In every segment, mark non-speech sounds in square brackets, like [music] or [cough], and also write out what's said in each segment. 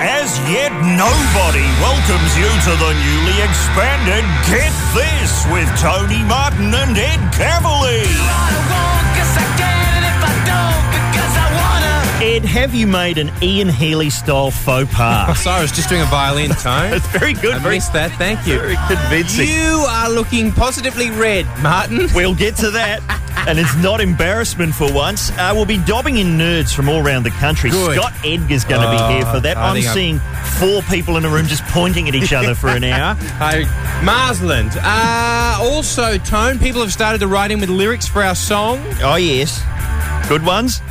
As yet, nobody welcomes you to the newly expanded Get This with Tony Martin and Ed Cavalier. Ed, have you made an Ian Healy style faux pas? Sorry, I was just doing a [laughs] violin tone. It's very good, I very, missed that. Thank you. very convincing. You are looking positively red, Martin. [laughs] We'll get to that. And it's not embarrassment for once. Uh, we'll be dobbing in nerds from all around the country. Good. Scott Edgar's going to Oh, be here for that. I I'm think I'm- seeing four people in a room just pointing at each other [laughs] for an hour. Hi, Marsland. Uh, also, Tone, people have started to write in with lyrics for our song. Oh, yes. Good ones?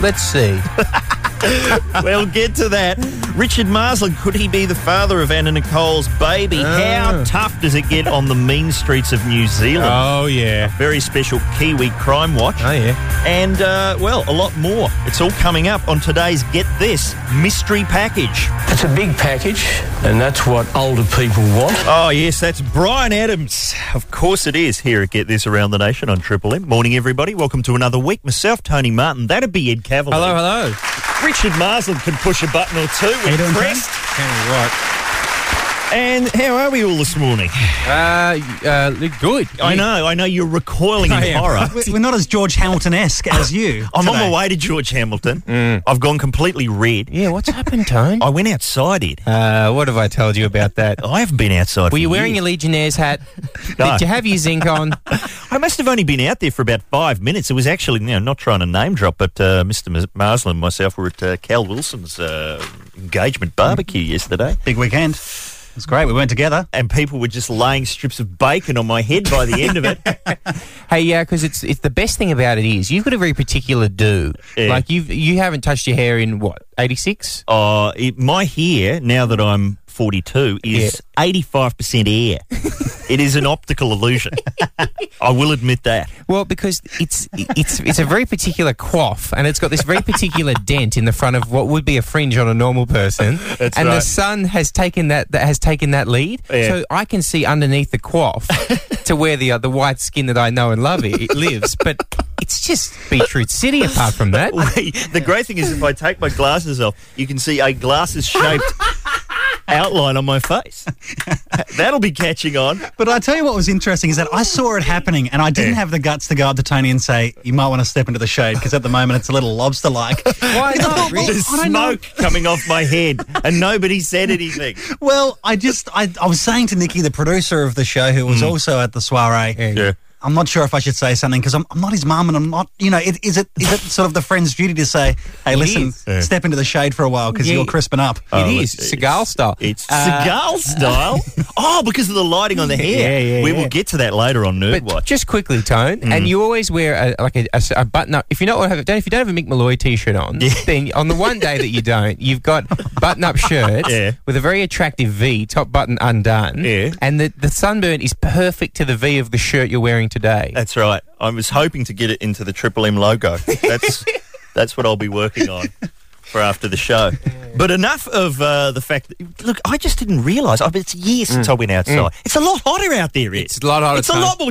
Let's see. [laughs] we'll get to that. Richard Marsland, could he be the father of Anna Nicole's baby? How Ah. tough does it get on the mean streets of New Zealand? Oh, yeah. Very special Kiwi Crime Watch. Oh, yeah. And, uh, well, a lot more. It's all coming up on today's Get This Mystery Package. It's a big package, and that's what older people want. Oh, yes, that's Brian Adams. Of course it is here at Get This Around the Nation on Triple M. Morning, everybody. Welcome to another week. Myself, Tony Martin. That'd be Ed Cavalier. Hello, hello. Richard Marsland could push a button or two when pressed. Tony, right. And how are we all this morning? Uh, y- uh, look good. I You- know, I know you're recoiling I in am. [laughs] horror. We're we're not as George Hamilton esque as you. [laughs] I'm on my Today. Mm. way to George Hamilton. I've gone completely red. Yeah, what's happened, Tone? [laughs] I went outside, Ed. Uh, what have I told you about that? I haven't been outside. Were you wearing your Legionnaires [laughs] hat? No. Did you have [laughs] your zinc on? I must have only been out there for about five minutes. It was actually, you know, not trying to name drop, but uh, Mr. Mas- Marsland and myself were at uh, Cal Wilson's uh, engagement barbecue yesterday, Big weekend. It was great. We weren't together. and people were just laying strips of bacon on my head by the end of it. Hey, yeah, because it's it's the best thing about it is you've got a very particular do. Yeah. Like you've you haven't touched your hair in what eighty six. Uh, it, my hair, now that I'm 42, is 85% air. it is an optical illusion. I will admit that. Well, because it's it's it's a very particular coif, and it's got this very particular dent in the front of what would be a fringe on a normal person. [laughs] That's and right. the sun has taken that that has taken that lead, Yeah. so I can see underneath the [laughs] coif to where the uh, the white skin that I know and love it, it lives. But it's just Beetroot City. Apart from [laughs] that, the great thing is, if I take my glasses off, you can see a glasses shaped outline on my face. That'll be catching on. But I tell you what was interesting is that I saw it happening and I didn't have the guts to go up to Tony and say, you might want to step into the shade because at the moment it's a little lobster like. why not? really? There's Oh, I don't know. smoke coming off my head, and nobody said anything. well, I just, I, I was saying to Nikki, the producer of the show, who was also at the soiree. Mm. Yeah. I'm not sure if I should say something because I'm, I'm not his mum and I'm not, you know, it, is it is it sort of the friend's duty to say, hey, listen, is. Yeah. Oh, step into the shade for a while because Yeah. you're crisping up. It is it's- Seagal style. It's Uh, Seagal style. oh, because of the lighting on the hair. Yeah, yeah, we yeah. will get to that later on Nerd But Watch. Mm. just quickly, Tone, and you always wear a, like a, a- a button up. If you not have, don't if you don't have a Mick Malloy t-shirt on, then on the one day that you don't, you've got button [laughs] up shirts Yeah. with a very attractive V, top button undone, Yeah. and the, the sunburn is perfect to the V of the shirt you're wearing today. That's right. I was hoping to get it into the Triple M logo. [laughs] That's that's what I'll be working on for after the show. But enough of uh, the fact. That, look, I just didn't realise. I mean, it's years since I went outside. It's a lot hotter out there. Ed. Mm. It's a lot hotter, It's a Tone. lot more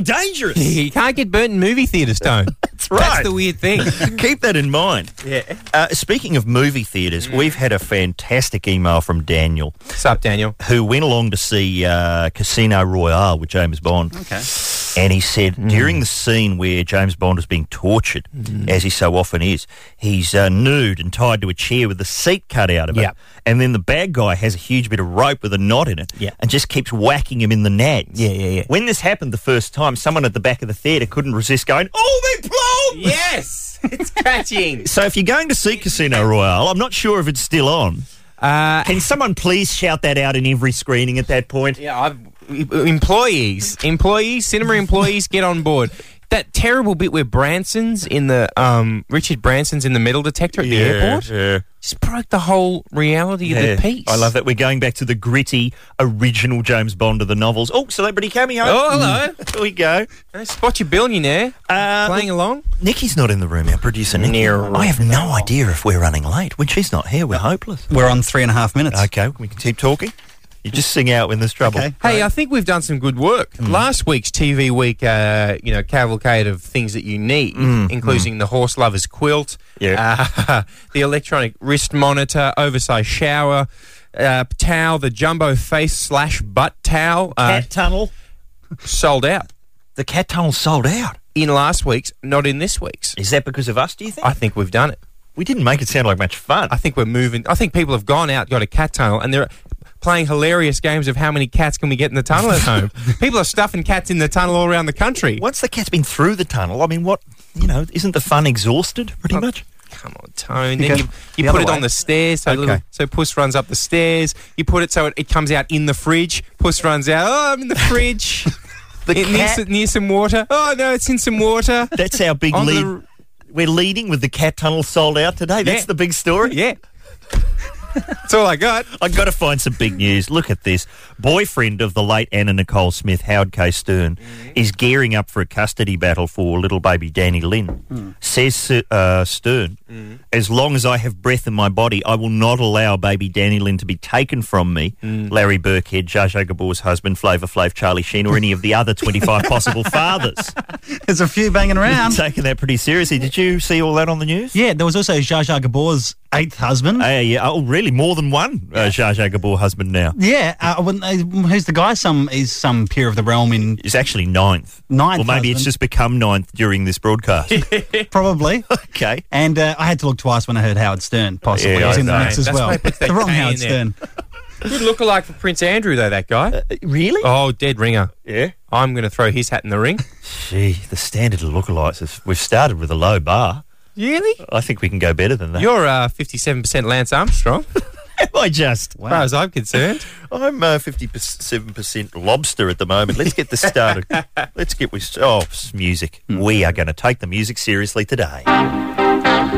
[laughs] dangerous. you can't get burnt in movie theaters, Tone. [laughs] That's right. That's the weird thing. [laughs] Keep that in mind. Yeah. Uh, speaking of movie theatres, we've had a fantastic email from Daniel, What's up, Daniel? who went along to see uh, Casino Royale with James Bond. Okay. And he said Hmm. during the scene where James Bond was being tortured, as he so often is, he's uh, nude and tied to a chair with the seat cut out of it. Yep. And then the bad guy has a huge bit of rope with a knot in it Yeah. and just keeps whacking him in the nads. Yeah, yeah, yeah. When this happened the first time, someone at the back of the theatre couldn't resist going, Oh, me plum! Yes, it's catching. So if you're going to see Casino Royale, I'm not sure if it's still on. Uh, Can someone please shout that out in every screening at that point? Yeah, I've, employees, employees, cinema employees, get on board. That terrible bit where Branson's in the um, Richard Branson's in the metal detector at the airport yeah. just broke the whole reality Yeah, of the piece. I love that. We're going back to the gritty original James Bond of the novels. Oh, celebrity cameo. Oh, hello. [laughs] Here we go. Hey, Spot your billionaire Mm. Uh, playing along. Nikki's not in the room, our producer, Nikki. I have no idea if we're running late. When she's not here, we're hopeless. We're on three and a half minutes. Okay, we can keep talking. You just sing out when there's trouble. Okay. Hey, I Hmm. think we've done some good work. Last week's TV week, uh, you know, cavalcade of things that you need, including the horse lover's quilt, Yeah. [laughs] uh, the electronic wrist monitor, oversized shower, uh, uh, towel, the jumbo face slash butt towel, uh, Cat tunnel. sold out The cat tunnel sold out. in last week's, not in this week's. Is that because of us? Do you think? I think we've done it. we didn't make it sound like much fun. I think we're moving. I think people have gone out, got a cat tunnel, and they're playing hilarious games of how many cats can we get in the tunnel at [laughs] home. people are stuffing cats in the tunnel all around the country. Once the cat's been through the tunnel, I mean, what you know, isn't the fun exhausted pretty much? Come on, Tone. Then Okay. you, you put The other it way. on the stairs so, Okay. little, so Puss runs up the stairs. You put it so it, it comes out in the fridge. Puss runs out. Oh, I'm in the fridge. [laughs] The It near, cat, some- near some water. Oh, no, it's in some water. that's our big on lead. the- We're leading with the cat tunnel sold out today. That's Yeah. the big story. Yeah. That's all I got. I got to find some big news. Look at this. Boyfriend of the late Anna Nicole Smith, Howard K. Stern, Mm-hmm. is gearing up for a custody battle for little baby Danny Lynn. Hmm. Says uh, Stern, Mm-hmm. as long as I have breath in my body, I will not allow baby Danny Lynn to be taken from me. Mm. Larry Burkhead, Jar Jar Gabor's husband, Flavor Flav, Charlie Sheen, or any of the other [laughs] 25 possible fathers. [laughs] There's a few banging around. Taking that pretty seriously. Did you see all that on the news? Yeah, there was also Zsa Zsa Gabor's eighth husband. Uh, yeah. Oh, really? More than one uh, Jar Jar Gabor husband now. yeah, uh, when, uh, who's the guy? Some is some peer of the realm in It's actually ninth. Ninth Or maybe it's husband. just become ninth during this broadcast. [laughs] probably. okay. And uh, I had to look twice when I heard Howard Stern possibly Yeah, was in the I mix know. as That's well. why I put that The wrong K in Howard there. Stern. Good lookalike for Prince Andrew, though, that guy. Uh, Really? Oh, dead ringer. yeah. I'm going to throw his hat in the ring. Gee, the standard of lookalikes is we've started with a low bar. really? I think we can go better than that. You're uh, 57% Lance Armstrong, as [laughs] am I just? far as I'm concerned. [laughs] I'm uh, 57% lobster at the moment. Let's get this started. [laughs] Let's get with. Oh, s- music. We are going to take the music seriously today.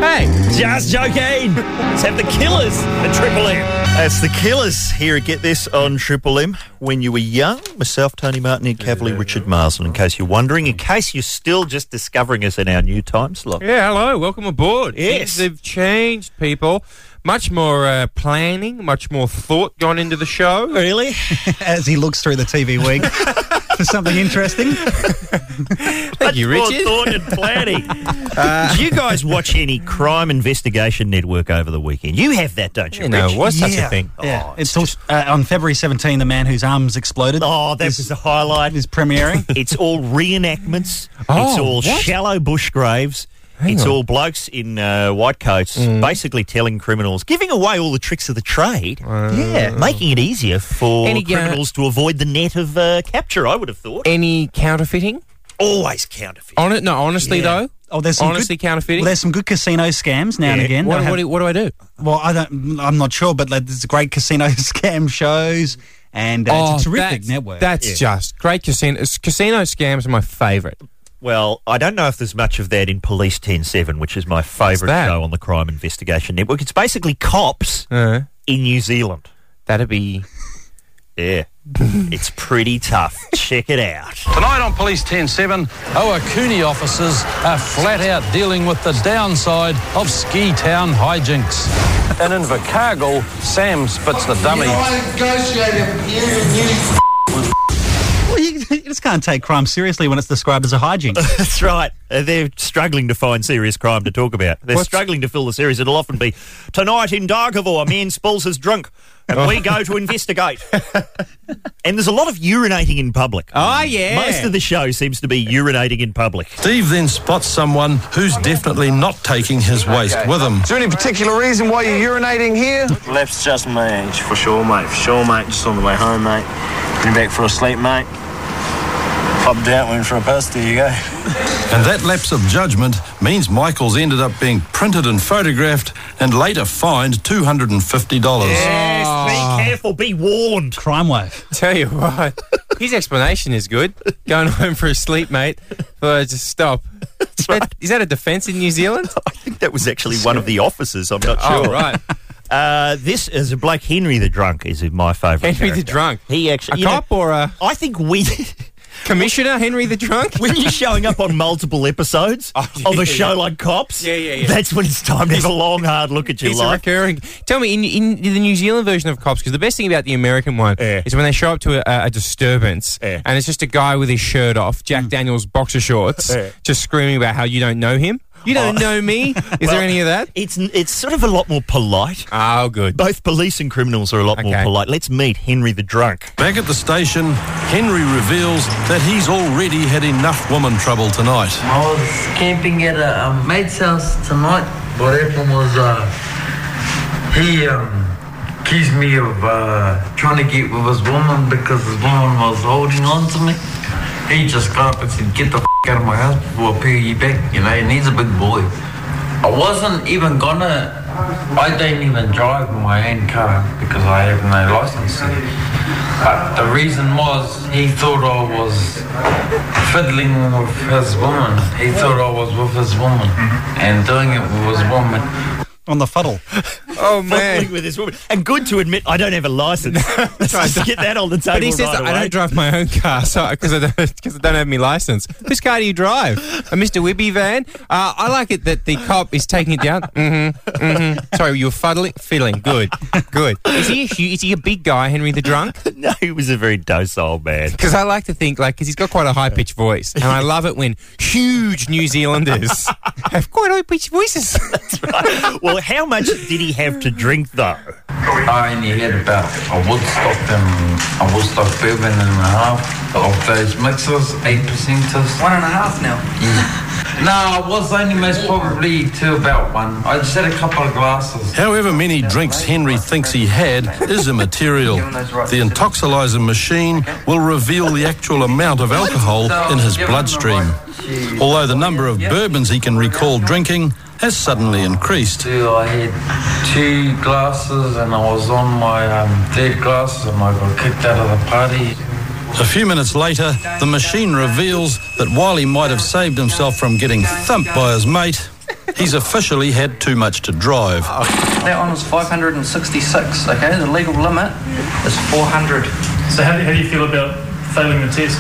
Hey, Just joking. Let's have the killers at Triple M. That's the killers here at Get This on Triple M. When you were young, myself, Tony Martin, and Cavalier Richard Marsden, in case you're wondering, in case you're still just discovering us in our new time slot. yeah, hello, welcome aboard. Yes. Things have changed, people. Much more uh, planning, much more thought gone into the show. Really? [laughs] As he looks through the TV week [laughs] for something interesting. Thank you, Richard. More thought and planning. Do you guys watch any crime investigation network over the weekend? You have that, don't you? You know, Rich? was such a thing. Yeah, it's all, uh, on February 17, the man whose arms exploded. Oh, that was the highlight. is premiering. [laughs] It's all reenactments. Oh, it's all what? shallow bush graves. it's all blokes in uh, white coats basically telling criminals, giving away all the tricks of the trade. yeah. Making it easier for Any, uh, criminals to avoid the net of uh, capture, I would have thought. Any counterfeiting? Always counterfeit. On it? No, honestly, Yeah. though. Oh, there's some honestly good, counterfeiting. Well, there's some good casino scams now and Yeah. again. what, I have- what, do, what do I do? well, I don't. I'm not sure, but like, there's great casino [laughs] scam shows, and Oh. uh, it's a terrific Oh, that's, network. That's just great. Casino, casino scams are my favourite. Well, I don't know if there's much of that in Police 107, which is my favourite that? show on the Crime Investigation Network. It's basically cops Uh, in New Zealand. that'd be [laughs] Yeah. it's pretty tough. Check it out. Tonight on Police 107, our Cooney officers are flat out dealing with the downside of ski town hijinks. And in Vicargo, Sam spits the dummy. I negotiated you and you Well, [laughs] you, you just can't take crime seriously when it's described as a hijink. [laughs] That's right. Uh, they're struggling to find serious crime to talk about. They're What's- struggling to fill the series. It'll often be tonight in Darkavor, a man spills his drink, and Oh. we go to investigate. and there's a lot of urinating in public. Oh, yeah. Most of the show seems to be urinating in public. Steve then spots someone who's definitely not taking his waste with him. there any particular reason why you're urinating here? Left's just my age, for sure, mate. For sure, mate. Just on the way home, mate. Been back for a sleep, mate. Popped out, went for a piss. There you go. [laughs] And that lapse of judgment means Michael's ended up being printed and photographed and later fined $250. Yes, Ah. be careful, be warned. crime wave. Oh. Tell you what, his explanation is good. Going home for a sleep, mate. But I just [laughs] stop. Is that- is that a defence in New Zealand? I think that was actually one of the officers. I'm not sure. Oh, right. [laughs] Uh, this is Blake Henry the Drunk is my favourite. Henry the character. Drunk. He A actually. you know, cop or a I think we. [laughs] commissioner, Henry the Drunk? when you're showing up on multiple episodes [laughs] Oh, yeah, of a show yeah. like Cops, Yeah, yeah, yeah. that's when it's time to have a long, hard look at your He's a life. recurring. Tell me, in, in the New Zealand version of Cops, because the best thing about the American one Yeah. is when they show up to a, a disturbance Yeah. Mm. and it's just a guy with his shirt off, Jack Daniels boxer shorts, Yeah. just screaming about how you don't know him. You don't know [laughs] me. Is there any of that? Oh. It's it's sort of a lot more polite. Oh, good. Both police and criminals are a lot more Okay. polite. Let's meet Henry the drunk. [laughs] Back at the station, Henry reveals that he's already had enough woman trouble tonight. I was camping at a, um mate's house tonight. What happened was uh, he um, accused me of uh, trying to get with his woman because his woman was holding on to me. He just got up and said, get the f- out of my house before I peel you back, you know, and he's a big boy. I wasn't even gonna, I didn't even drive my own car because I have no Uh, license. But the reason was he thought I was fiddling with his woman. He thought I was with his woman and doing it with his woman. on the fuddle. Oh Fumbling with this woman, and good to admit I don't have [laughs] a license. [laughs] Let's just get that on the table. But he says that right I away. don't drive my own car because I, 'cause I, don't- 'cause I don't have my license. Whose car do you drive? A Mr. Whibby van? Uh, I like it that the cop is taking it down. hmm hmm Sorry, you were fuddling, fiddling. Good, good. Is he a hu- is he a big guy, Henry the drunk? [laughs] No, he was a very docile man. Because I like to think like because he's got quite a high pitched voice, and I love it when huge New Zealanders [laughs] have quite high pitched [laughs] voices. well, how much did he have to drink though? I only had about a Woodstock and a Woodstock bourbon and a half of those mixers, eight percenters. One and a half now. [laughs] No, I was only most probably to about one. I just had a couple of glasses. However many drinks Henry thinks he had is immaterial. The intoxilizer machine will reveal the actual amount of alcohol in his bloodstream. Although the number of bourbons he can recall drinking has suddenly increased. Two, I had two glasses and I was on my um, third glass and I got kicked out of the party. A few minutes later, the machine reveals that while he might have saved himself from getting thumped by his mate, he's officially had too much to drive. That one was 566. Okay, the legal limit is 400. So how, do- how do you feel about failing the test?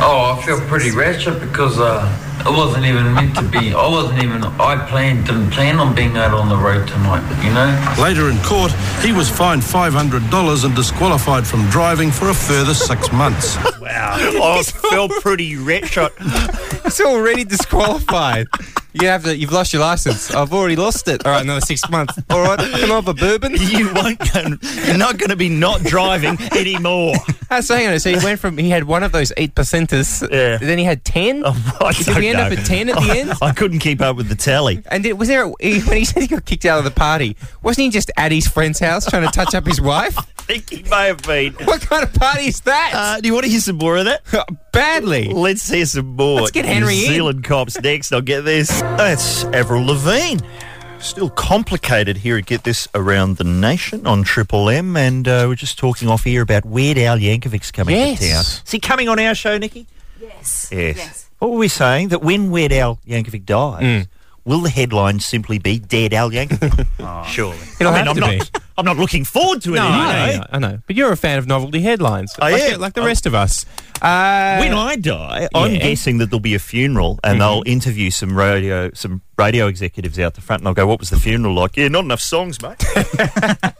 Oh, I feel pretty ratchet because uh, it wasn't even meant to be. I wasn't even. I planned didn't plan on being out on the road tonight. You know. Later in court, he was fined $500 and disqualified from driving for a further six months. [laughs] I felt pretty retro. It's already disqualified. You have to. You've lost your license. I've already lost it. All right, another six months. All right, can I have a bourbon? [laughs] You won't. Go, you're not going to be not driving [laughs] anymore. I was saying it. So he went from he had one of those eight percenters. Yeah. Oh, Then he had ten. I Did don't we end up know. at ten at the end? I couldn't keep up with the tally. And it, was there a, he- when he said he got kicked out of the party? Wasn't he just at his friend's house trying to touch up his wife? [laughs] I think he may have been. What kind of party is that? Uh, do you want to hear some more of that? [laughs] Badly. Let's hear some more. Let's get Henry New in. [laughs] Zealand cops next. I'll get this. That's Avril Levine. Still complicated here at Get This Around the Nation on Triple M, and uh, we're just talking off here about Weird Al Yankovic's coming Yes. to town. Is he coming on our show, Nikki? Yes. Yes. What were we saying? That when Weird Al Yankovic dies, Mm. will the headline simply be Dead [laughs] Al Yankovic? Surely. It'll I mean, have I'm to not. I'm not looking forward to it. No, I anyway. know, I know. But you're a fan of novelty headlines. I like, am. the- Like the rest of us. Uh, when I die, I'm yeah. guessing that there'll be a funeral, and they'll interview some radio some radio executives out the front, and I'll go, "What was the funeral like?" Yeah, not enough songs, mate. [laughs]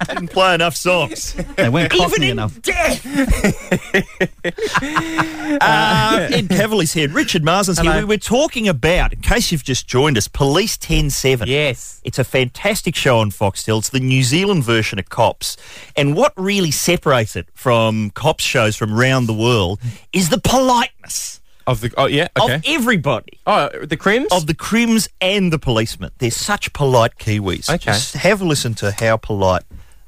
Didn't play enough songs. They weren't cockney in enough. Uh, [laughs] Ed Cavalier's here. Richard Marsden's here. Um, Hello. We were talking about, in case you've just joined us, Police Ten Seven. Yes. It's a fantastic show on Foxtel. It's the New Zealand version of Cops. And what really separates it from Cops shows from around the world is the politeness Of the. Oh, yeah. Okay. of everybody. oh, the crims? Of the crims and the policemen. They're such polite Kiwis. Okay. Just have a listen to how polite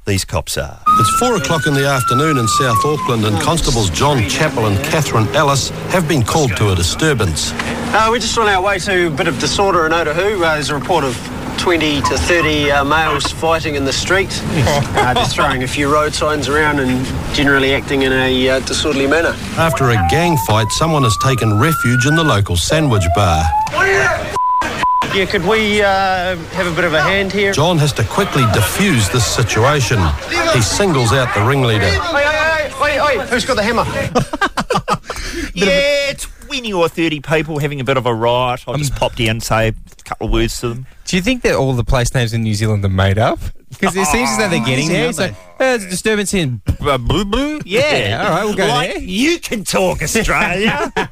these cops are. It's four o'clock in the afternoon in South Auckland, and Constables John Chappell and Catherine Ellis have been called to a disturbance. Uh, we're just on our way to a bit of disorder in Otahu. Uh, there's a report of 20 to 30 uh, males fighting in [laughs] the street. Uh, they're throwing a few road signs around and generally acting in a uh, disorderly manner. After a gang fight, someone has taken refuge in the local sandwich bar. Yeah, could we uh, have a bit of a hand here? John has to quickly defuse this situation. He singles out the ringleader. Oi, oi, oi, oi, oi, who's got the hammer? yeah, 20 or 30 people having a bit of a riot. Um, I'll just pop down and say a couple of words to them. Do you think that all the place names in New Zealand are made up? Because it seems as though they're getting Amazing, there. aren't It's like, uh, it's a disturbance in uh, blue, blue. Yeah, all right, we'll go Like, there. You can talk, Australia. [laughs]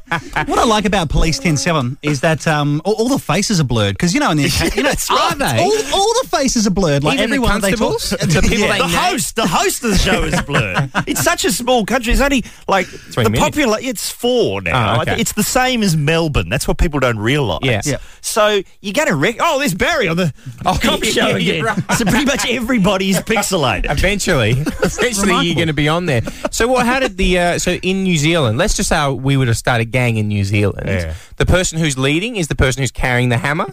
What I like about Police 107 is that um, all, all the faces are blurred because you know in [laughs] the UK, you know, That's right. they? all, all the faces are blurred. Like Even the everyone that they [laughs] talk, constables? The people they the Nat. host, the host of the show is [laughs] blurred. it's such a small country. It's only like the million. popular. It's four now. Ah, okay. Like, It's the same as Melbourne. That's what people don't realise. Yeah. Yeah. So you get a rec- oh, there's Barry on the Oh, [laughs] cop yeah, show you're again. right. So pretty much everybody's pixelated. [laughs] Eventually, eventually, you're Remarkable. going to be on there. So, what? How did the uh, so in New Zealand? Let's just say we would have started gang in New Zealand. Yeah. The person who's leading is the person who's carrying the [laughs] hammer.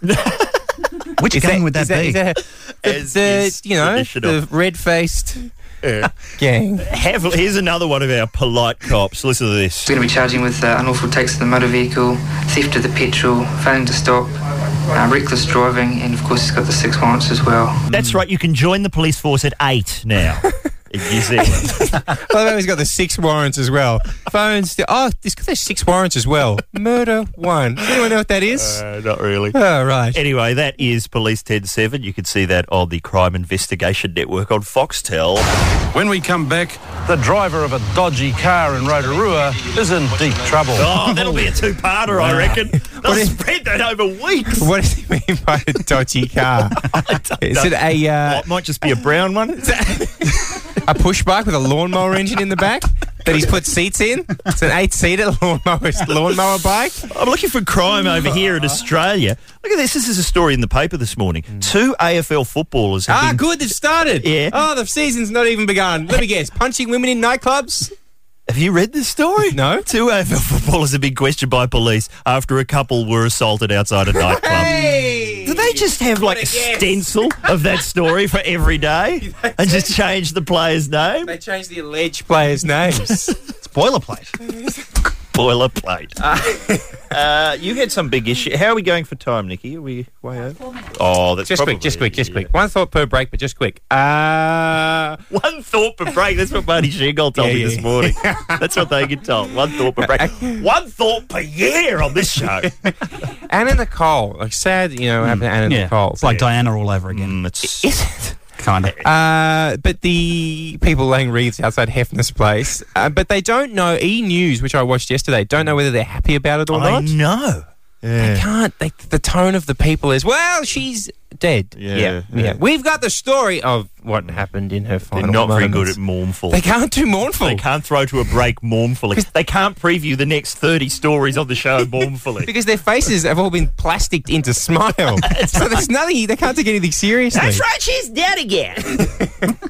Which Is gang would that is be? is As the, is the you know traditional. the red faced gang. Have, here's another one of our polite cops. Listen to this. We're going to be charging with uh, unlawful takes of the motor vehicle, theft of the petrol, failing to stop, uh, reckless driving, and of course, it's got the six warrants as well. That's right. You can join the police force at eight now. in New Zealand. [laughs] Well, then he's got the six warrants as well. Phones. sti- oh, he's got the six warrants as well. Murder one. Does anyone know what that is? Uh, not really. oh, right. Anyway, that is Police 107. You can see that on the Crime Investigation Network on Foxtel. When we come back, the driver of a dodgy car in Rotorua is in deep trouble. Oh, that'll be a two-parter, I [laughs] reckon. They'll spread that over weeks. What does he mean by a [laughs] dodgy car? is it a Oh, uh, it might just be a brown one. [laughs] a push bike with a lawnmower engine in the back that he's put seats in? It's an eight seater [laughs] lawnmower lawnmower bike. I'm looking for crime over here in Australia. Look at this. This is a story in the paper this morning. Two AFL footballers have Hmm. Ah, been... good. They've started. Yeah. Oh, the season's not even begun. Let me [laughs] guess. Punching women in nightclubs. Have you read this story? No. Two AFL footballers have been questioned by police after a couple were assaulted outside [laughs] a nightclub. Hey. Do they just have like a What a guess. stencil of that story for [laughs] every day and just change the player's name? They changed the alleged players' [laughs] names. It's [laughs] boilerplate. boilerplate. [laughs] uh, you had some big issue. How are we going for time, Nikki? Are we way over? Oh, that's Just probably, quick, just quick, just quick. One thought per break, but just quick. Uh, [laughs] One thought per break. That's what Marty Shingle told Yeah, me yeah. [laughs] this morning. that's what they get told. One thought per break. One thought per year on this show. Anna Nicole. Like sad, you know, happened to Anna Yeah, Nicole. it's like Diana all over again, Mm, it's- kind of. Uh, but the people laying wreaths outside Hefner's place. Uh, but they don't know E News, which I watched yesterday. Don't know whether they're happy about it or I not. know. They can't. They, the tone of the people is, well, she's dead. Yeah, yeah, yeah. yeah. We've got the story of what happened in her They're final. not very good moments. at mournful. They can't do mournful. They can't throw to a break mournfully. They can't preview the next 30 stories on the [laughs] show mournfully. Because their faces have all been plasticked into smile. [laughs] [laughs] so there's nothing, they can't take anything seriously. right, she's dead [laughs] again.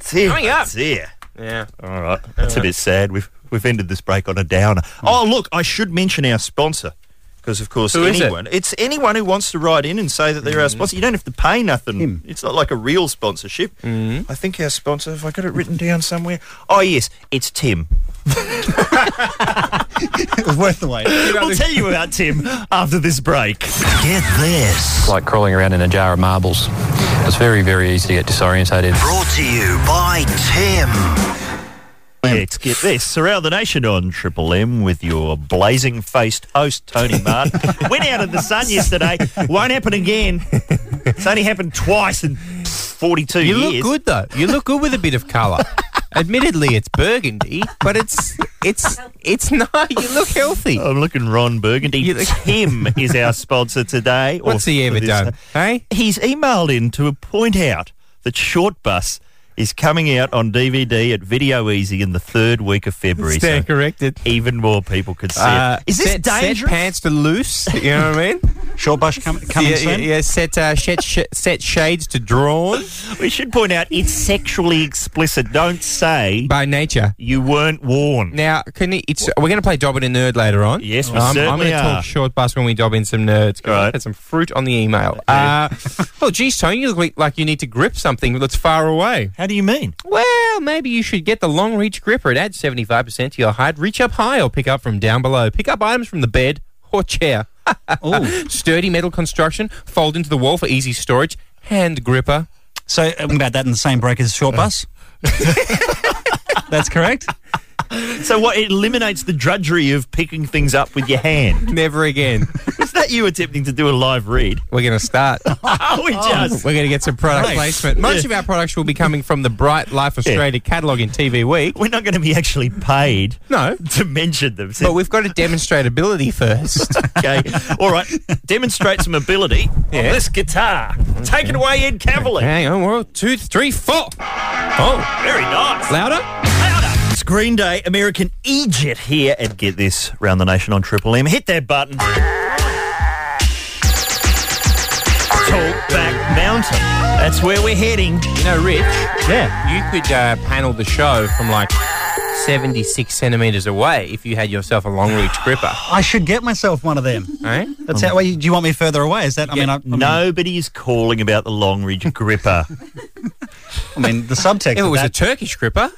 Coming up. See ya. Yeah. Hmm. All right, that's a bit sad. We've we've ended this break on a downer. Oh, look, I should mention our sponsor. Because of course, Who is it? Hmm. anyone it's anyone who wants to write in and say that they're our sponsor. You don't have to pay nothing. It's not like a real sponsorship. Hmm. I think our sponsor. Have I got it written down somewhere? Oh yes, it's Tim. [laughs] It was worth the wait. we'll tell you about Tim after this break. Get this. like crawling around in a jar of marbles. It's very, very easy to get [laughs] disorientated. Brought to you by Tim. Let's get this. Surround the nation on Triple M with your blazing faced host, Tony Martin. Went out in the sun yesterday. Won't happen again. It's only happened twice in 42 You years. look good though. You look good with a bit of [laughs] colour. Admittedly, it's burgundy, but it's it's it's not. You look healthy. I'm looking Ron Burgundy. You [laughs] look- Tim is our sponsor today. or What's he for ever this- done? Hey, He's emailed in to point out that Short Bus is coming out on DVD at Video Easy in the third week of February. stand so corrected. even more people could see Uh, it. Is this set, Set dangerous? pants to loose. You know what I mean? Short bush [laughs] com- coming yeah, yeah, soon. yeah. Set uh, set, sh- set shades to drawn We should point out it's sexually explicit. Don't say by nature. you weren't warned. Now, can he, it's we're going to play Dobbin and Nerd later on. Yes, we Um, I'm, I'm certainly going to are. talk short bus when we dob in some nerds. 'cause Right. I've Had some fruit on the email. Uh, well, geez, Tony, you look like- like you need to grip something that's far away. How do you mean? Well, maybe you should get the long reach gripper. It adds 75% to your height. Reach up high or pick up from down below. Pick up items from the bed or chair. [laughs] Ooh. Sturdy metal construction. Fold into the wall for easy storage. Hand gripper. Uh. So um, about that in the same break as short bus. That's [laughs] correct. So what? It eliminates the drudgery of picking things up with your hand. [laughs] Never again. Is that that you attempting to do a live read? We're going to start. [laughs] oh, we just. We're going to get some product Nice. placement. Most Yeah. of our products will be coming from the Bright Life Australia catalogue in TV Week. We're not going to be actually paid No, to mention them. but we've got to demonstrate ability first. okay. All right. Demonstrate some ability on this guitar. Take it away, Ed Cavalier. Hang on, one, two, three, four. Oh, Very nice. louder. It's Green Day, American Egypt here, and get this round the nation on Triple M. Hit that button. Talkback Mountain. That's where we're heading. You know, Rich, Yeah. you could uh, panel the show from like 76 centimetres away if you had yourself a long reach gripper. I should get myself one of them. Eh? That's how. Well, you- do you want me further away? Is that? I mean, I, I mean, Nobody is calling about the Long Ridge Gripper. I mean, the subtext. If it of was a that- Turkish gripper,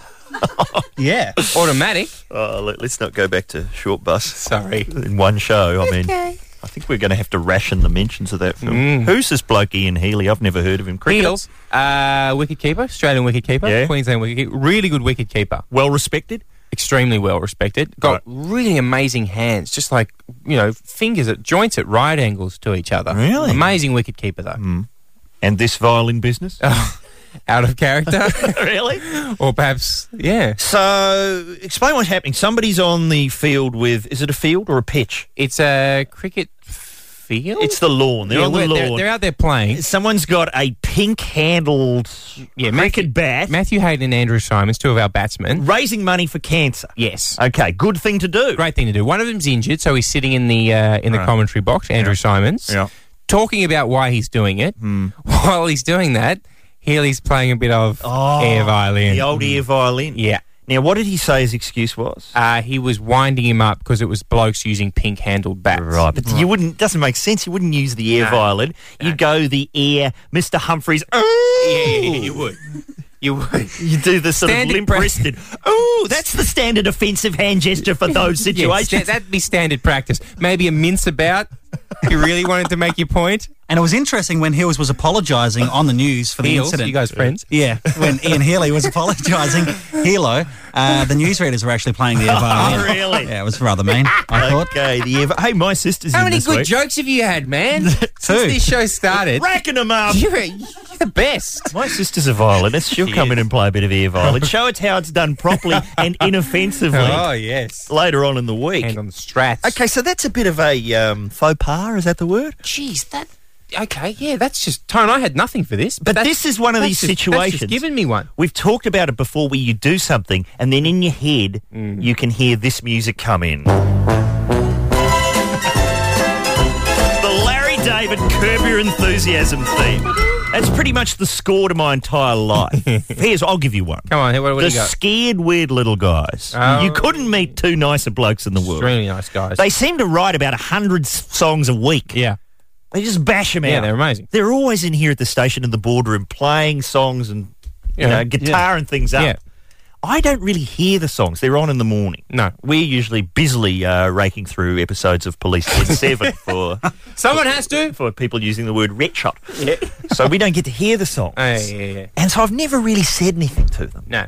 yeah. automatic. oh, let, us not go back to short bus Sorry. in one show. I mean, I think we're going to have to ration the mentions of that film. Mm. Who's this bloke Ian Healy? I've never heard of him. [laughs] Cricket. Heels. Uh, wicket keeper, Australian wicket keeper, Yeah. Queensland wicket keeper. Really good wicket keeper. Well respected. Extremely well respected. Got Right. really amazing hands, just like, you know, fingers at joints at right angles to each other. Really? Hmm. Amazing wicket keeper, though. And this violin business. [laughs] Out of character. really? or perhaps, yeah. So, explain what's happening. Somebody's on the field with, is it a field or a pitch? It's a cricket field? It's the lawn. They're Yeah, on the we're- lawn. They're, they're out there playing. Someone's got a pink handled Yeah, Matthew- cricket bat Matthew Hayden and Andrew Simons, two of our batsmen. raising money for cancer. Yes. Okay, good thing to do. Great thing to do. One of them's injured, so he's sitting in the uh, in the commentary box, Andrew Simons, Yeah. Hmm. talking about why he's doing it. [laughs] While he's doing that, Healy's playing a bit of air violin. Oh, The old ear violin. yeah. Now, what did he say his excuse was? Uh, he was winding him up because it was blokes using pink handled bats. Right, but you wouldn't. Doesn't make sense. You wouldn't use the air violin. You go the air, Mister Humphreys. Oh, Yeah, yeah, yeah, you would. You would. [laughs] You do the sort Standard of limp-wristed. oh, that's the standard offensive hand [laughs] gesture for those Yeah, situations. sta- that'd be standard practice. Maybe a mince about. if you really wanted to make your point. [laughs] And it was interesting when Hills was apologising on the news for the Heels, incident. you guys friends? Yeah, when Ian Healy was apologising, [laughs] Hilo, uh, the newsreaders were actually playing [laughs] the air violin. really? Yeah, it was rather mean. I thought. okay, the air. vi- Hey, my sister's How in many this good week. jokes have [laughs] you had, man? Since this show started, Racking them up. you're, you're the best. My sister's a violinist. She'll come in and play a bit of [laughs] air violin. Show us how it's done properly and inoffensively Oh, yes. later on in the week. Hand on the strats. Okay, so that's a bit of a um, faux pas. Is that the word? jeez, that. Okay, yeah, that's just tone. I had nothing for this, But that's- this is one of that's these just- that's situations. just given me one. We've talked about it before where you do something and then in your head Mm. you can hear this music come in. The Larry David Curb Your Enthusiasm theme. That's pretty much the score to my [laughs] entire life. Here's, I'll give you one. Come on, what, what do the you got? scared, weird little guys. Oh. You couldn't meet two nicer blokes in the world. Extremely nice guys. [laughs] They seem to write about a hundred s- songs a week. yeah, They just bash them out. yeah, they're amazing. They're always in here at the station in the boardroom playing songs and you Yeah. know, guitar and things up. Yeah. I don't really hear the songs. They're on in the morning. No. We're usually busily uh, raking through episodes of Police Kid [laughs] 7 for, Someone has to. for people using the word retshot. [laughs] so we don't get to hear the songs. Oh, yeah, yeah, yeah. And so I've never really said anything to them. No.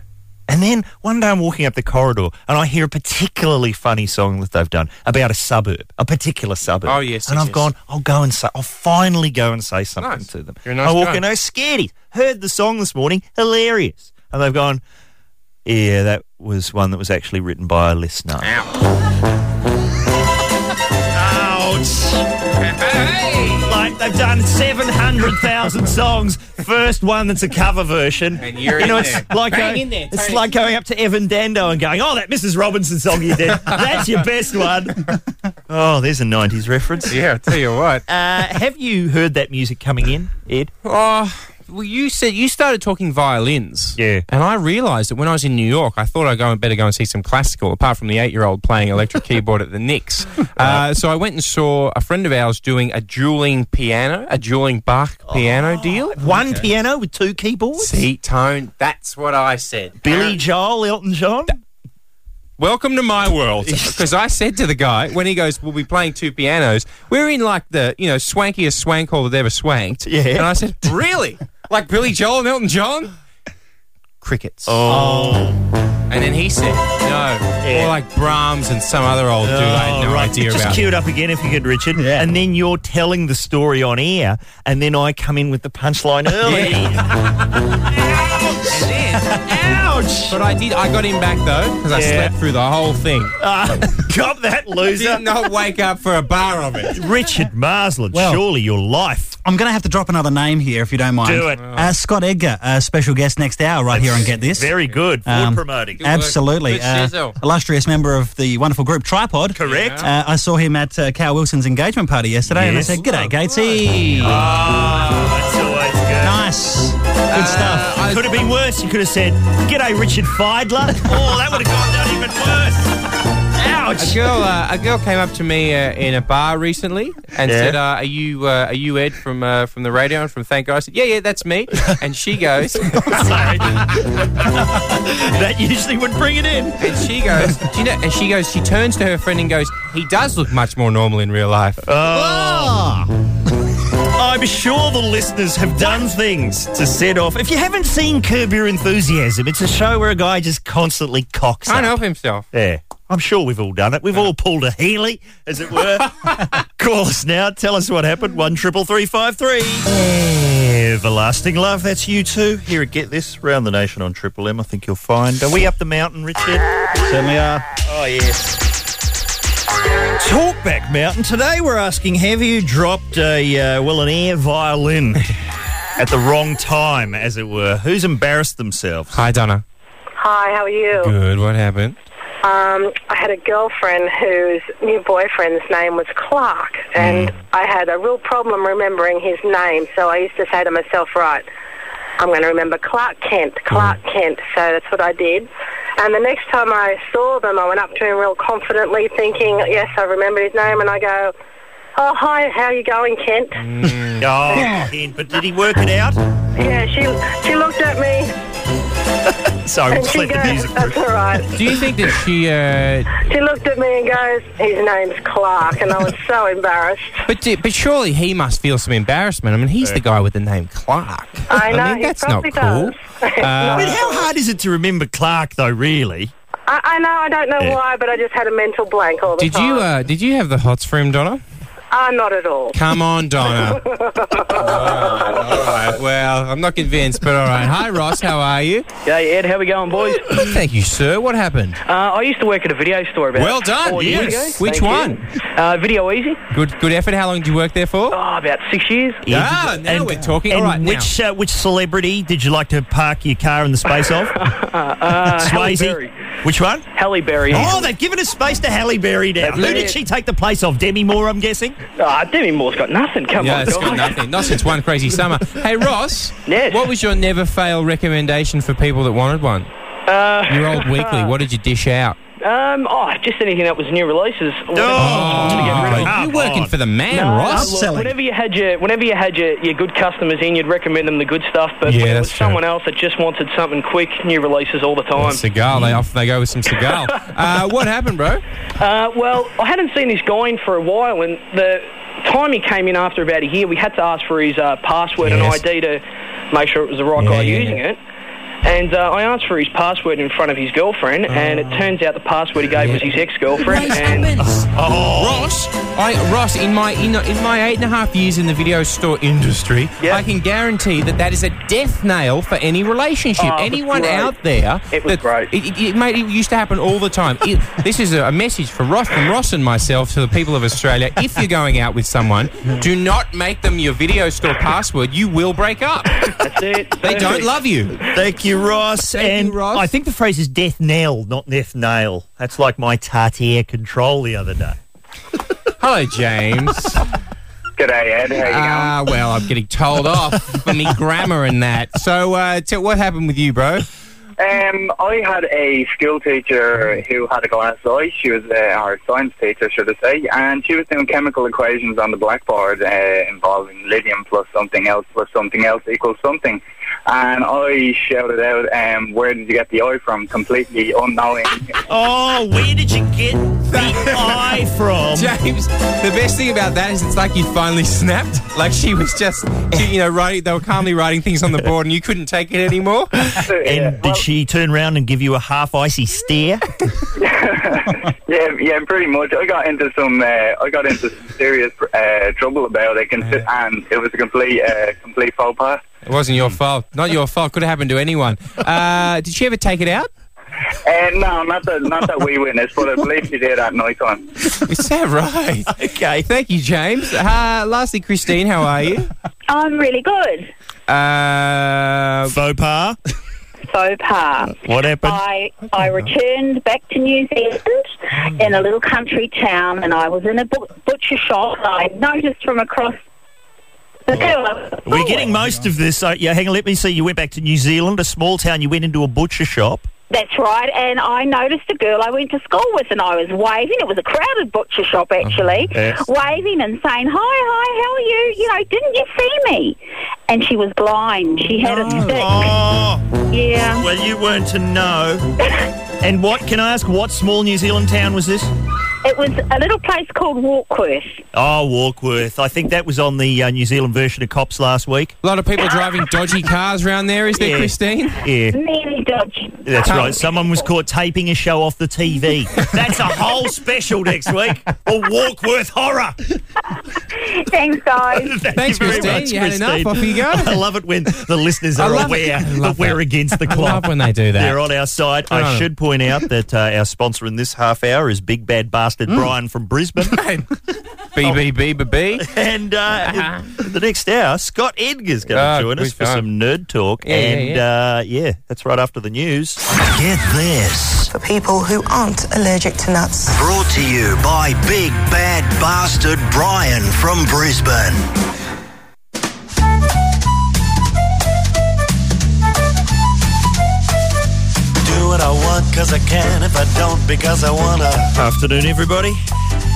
And then one day I'm walking up the corridor and I hear a particularly funny song that they've done about a suburb, a particular suburb. Oh, yes, And yes, I've yes. gone, I'll go and say, I'll finally go and say something Nice. to them. You're a nice I walk guy. in, oh, scaredy, heard the song this morning, hilarious. And they've gone, yeah, that was one that was actually written by a listener. Ouch. Hey! Like they've done 700,000 songs, first one that's a cover version. And you're you know, in it's there. like Bang going, in there, it's bang. like going up to E- Evan Dando and going, "Oh, that Mrs. Robinson song you did, that's your best one." [laughs] oh, there's a '90s reference. Yeah, I tell you what. Uh, have you heard that music coming in, Ed? Oh, well, you said you started talking violins. Yeah. And I realised that when I was in New York, I thought I'd go and better go and see some classical, apart from the eight year old playing electric [laughs] keyboard at the Knicks. Uh, so I went and saw a friend of ours doing a dueling piano, a dueling Bach piano deal. Oh. One piano with two keyboards. See, Tone, that's what I said. Billy Joel, Elton John. Welcome to my [laughs] world. Because I said to the guy when he goes, "We'll be playing two pianos." We're in like the you know swankiest swank hall that ever swanked. Yeah. And I said, "Really? like Billy Joel and Elton John?" crickets. Oh. And then he said, no. Or like Brahms and some other old Oh, dude I had no idea Oh, Just about. queue it up again if you could, Richard. And then you're telling the story on air, and then I come in with the punchline early. [laughs] Ouch! But I did. I got him back though because I Yeah. slept through the whole thing. [laughs] Got that Uh, loser. Did not wake up for a bar of it. Richard Marsland, Well- surely your life. I'm going to have to drop another name here if you don't mind. Oh. Do it. Uh, Scott Edgar, a special guest next hour right here on Get This. Very good. Forward Um, promoting. Absolutely. Uh, illustrious member of the wonderful group Tripod. Correct. Uh, I saw him at uh, Cal Wilson's engagement party yesterday and I Yes. Ah. said, G'day, Gatesy. That's always good. Uh, Nice. Good stuff. Could have been worse. You could have said, G'day, Richard Feidler. [laughs] oh, that would have gone down even [laughs] worse. Ouch. A girl, uh, a girl came up to me uh, in a bar recently and Yeah. said, uh, "Are you, uh, are you Ed from uh, from the radio and from Thank God?" I said, "Yeah, yeah, that's me." And she goes, [laughs] "That usually would bring it in." And she goes, "Do you know?" And she goes, she turns to her friend and goes, "He does look much more normal in real life." Oh. I'm sure the listeners have done things to set off. If you haven't seen Curb Your Enthusiasm, it's a show where a guy just constantly cocks Can't up. help himself. Yeah. I'm sure we've all done it. We've all pulled a Healy, as it [laughs] were. Call us now. Tell us what happened. One triple three five three. Everlasting love. That's you too. Here at Get This round the nation on Triple M. I think you'll find. Are we up the mountain, Richard? Certainly are. Oh yes. Talkback Mountain. Today we're asking: Have you dropped a uh, well an [laughs] air violin at the wrong time, as it were? Who's embarrassed themselves? Hi, Donna. Hi, how are you? Good. What happened? Um, I had a girlfriend whose new boyfriend's name was Clark, Mm. and I had a real problem remembering his name, so I used to say to myself, right, I'm going to remember Clark Kent, Clark Mm. Kent, so that's what I did. And the next time I saw them, I went up to him real confidently, thinking, yes, I remember his name, and I go, oh, hi, how you going, Kent? Oh, Ken, but did he work it out? Yeah, she, she looked at me, [laughs] Sorry, and just she let the goes, music. that's all right. Do you think that she? Uh, She looked at me and goes, "His name's Clark," and I was so embarrassed. but di- but surely he must feel some embarrassment. I mean, he's the guy with the name Clark. I know mean, he that's not probably [laughs] cool. Uh, does. I mean, how hard is it to remember Clark, though? Really? I, I know, I don't know Yeah. why, but I just had a mental blank all the Did time. you uh, did you have the hots for him, Donna? Ah, not at all. Come on, [laughs] Donna. all right, all right. Well, I'm not convinced, but all right. Hi, Ross. How are you? Yeah, Ed, how we going, boys? Thank you, sir. What happened? Uh, I used to work at a video store about Well done, four years yes. ago. Which Thank you. Uh, video Easy. Good good effort. How long did you work there for? Oh, about six years. Ah, now we're talking. And all right, which uh, which celebrity did you like to park your car in the space of? [laughs] uh, Halle Berry. Which one? Halle Berry. Oh, they've given us space to Halle Berry now. That's Who did it. she take the place of? Demi Moore, I'm guessing. Ah, Demi Moore's got nothing. Come on, yeah, it's got guys. nothing. Not since one [laughs] crazy summer. Hey, Ross. Yes. What was your never fail recommendation for people that wanted one? Uh, Your old weekly. What did you dish out? Um, oh, just anything that was new releases. Oh, you're working for the man, Ross. look, whenever you had your whenever you had your, your good customers in, you'd recommend them the good stuff. But Yeah, when it that's was someone else that just wanted something quick, new releases all the time. Cigar. They off. They go with [laughs] some cigar. uh, what happened, bro? Uh, well, I hadn't seen this guy in for a while, and the time he came in after about a year, we had to ask for his uh, password Yes. and ID to make sure it was the right guy yeah, using it. And uh, I asked for his password in front of his girlfriend, and Oh. it turns out the password he gave was his ex-girlfriend. And Oh. Ross, I, Ross, in my in, in my eight and a half years in the video store industry, I can guarantee that that is a death nail for any relationship. Oh, it was Anyone great. out there, it was great. It, it, it, mate, it used to happen all the time. It- [laughs] this is a, a message for Ross from Ross and myself to the people of Australia. If you're going out with someone, do not make them your video store password. You will break up. that's it. They [laughs] don't love you. Thank you, Ross. and I think the phrase is death knell, not death nail. That's like my Tartier control the other day. Hello, James. G'day, Ed. How you Ah, well, I'm getting told off for me grammar and that. So, uh, t- what happened with you, bro? Um, I had a school teacher who had a glass eye. She was uh, our science teacher, should I say, and she was doing chemical equations on the blackboard uh, involving lithium plus something else plus something else equals something. and I shouted out, um, "Where did you get the eye from?" Completely unknowing. Oh, where did you get the eye [laughs] from? James, the best thing about that is it's like you finally snapped. Like she was just, she, you know, writing, they were calmly writing things on the board and you couldn't take it anymore. And did she turn round and give you a half icy stare? yeah, yeah, pretty much. I got into some, uh, I got into some serious uh, trouble about it, consi- and it was a complete, uh, complete faux pas. It wasn't your fault. Not your fault. Could have happened to anyone. Uh, did she ever take it out? [laughs] Uh, no, not that, not that we witnessed, but I believe she did at night time. Is that [laughs] right? okay. Thank you, James. Uh, lastly, Christine, how are you? I'm really good. Uh, Faux pas? Faux pas. What happened? I, I returned back to New Zealand in a little country town, and I was in a bu- butcher shop. And I noticed from across Oh. the hill. We're getting most of this. Uh, yeah, hang on, let me see. You went back to New Zealand, a small town. You went into a butcher shop. That's right, and I noticed a girl I went to school with, and I was waving. It was a crowded butcher shop, actually, Uh-huh. Yes. waving and saying, "Hi, hi, how are you? You know, didn't you see me?" And she was blind. She had a Oh. stick. Yeah. Well, you weren't to know. and what, can I ask, what small New Zealand town was this? It was a little place called Walkworth. Oh, Walkworth. I think that was on the uh, New Zealand version of Cops last week. A lot of people driving dodgy cars around there, is there, Yeah. Christine? Yeah, Many dodgy. that's right. Someone was caught taping a show off the TV. that's a whole special next week. A Walkworth horror. Thanks, guys. [laughs] Thank Thanks, you very Christine. much, You had enough. Christine. Off you go. I love it when the listeners I are love it. aware I that love we're against the I clock. love when they do that. They're on our side. I Oh. should point out that uh, our sponsor in this half hour is Big Bad Bastard Mm. Brian [laughs] from Brisbane. Oh. BBBBB. And uh, in the next hour, Scott Edgar's going to Uh-huh. Ah, join us good for time. some nerd talk. Yeah, yeah, and yeah. Uh, yeah, that's right after the news. Get this. For people who aren't allergic to nuts. Brought to you by Big Bad Bastard Brian from Brisbane. Do what I want because I can, if I don't because I wanna. Afternoon, everybody.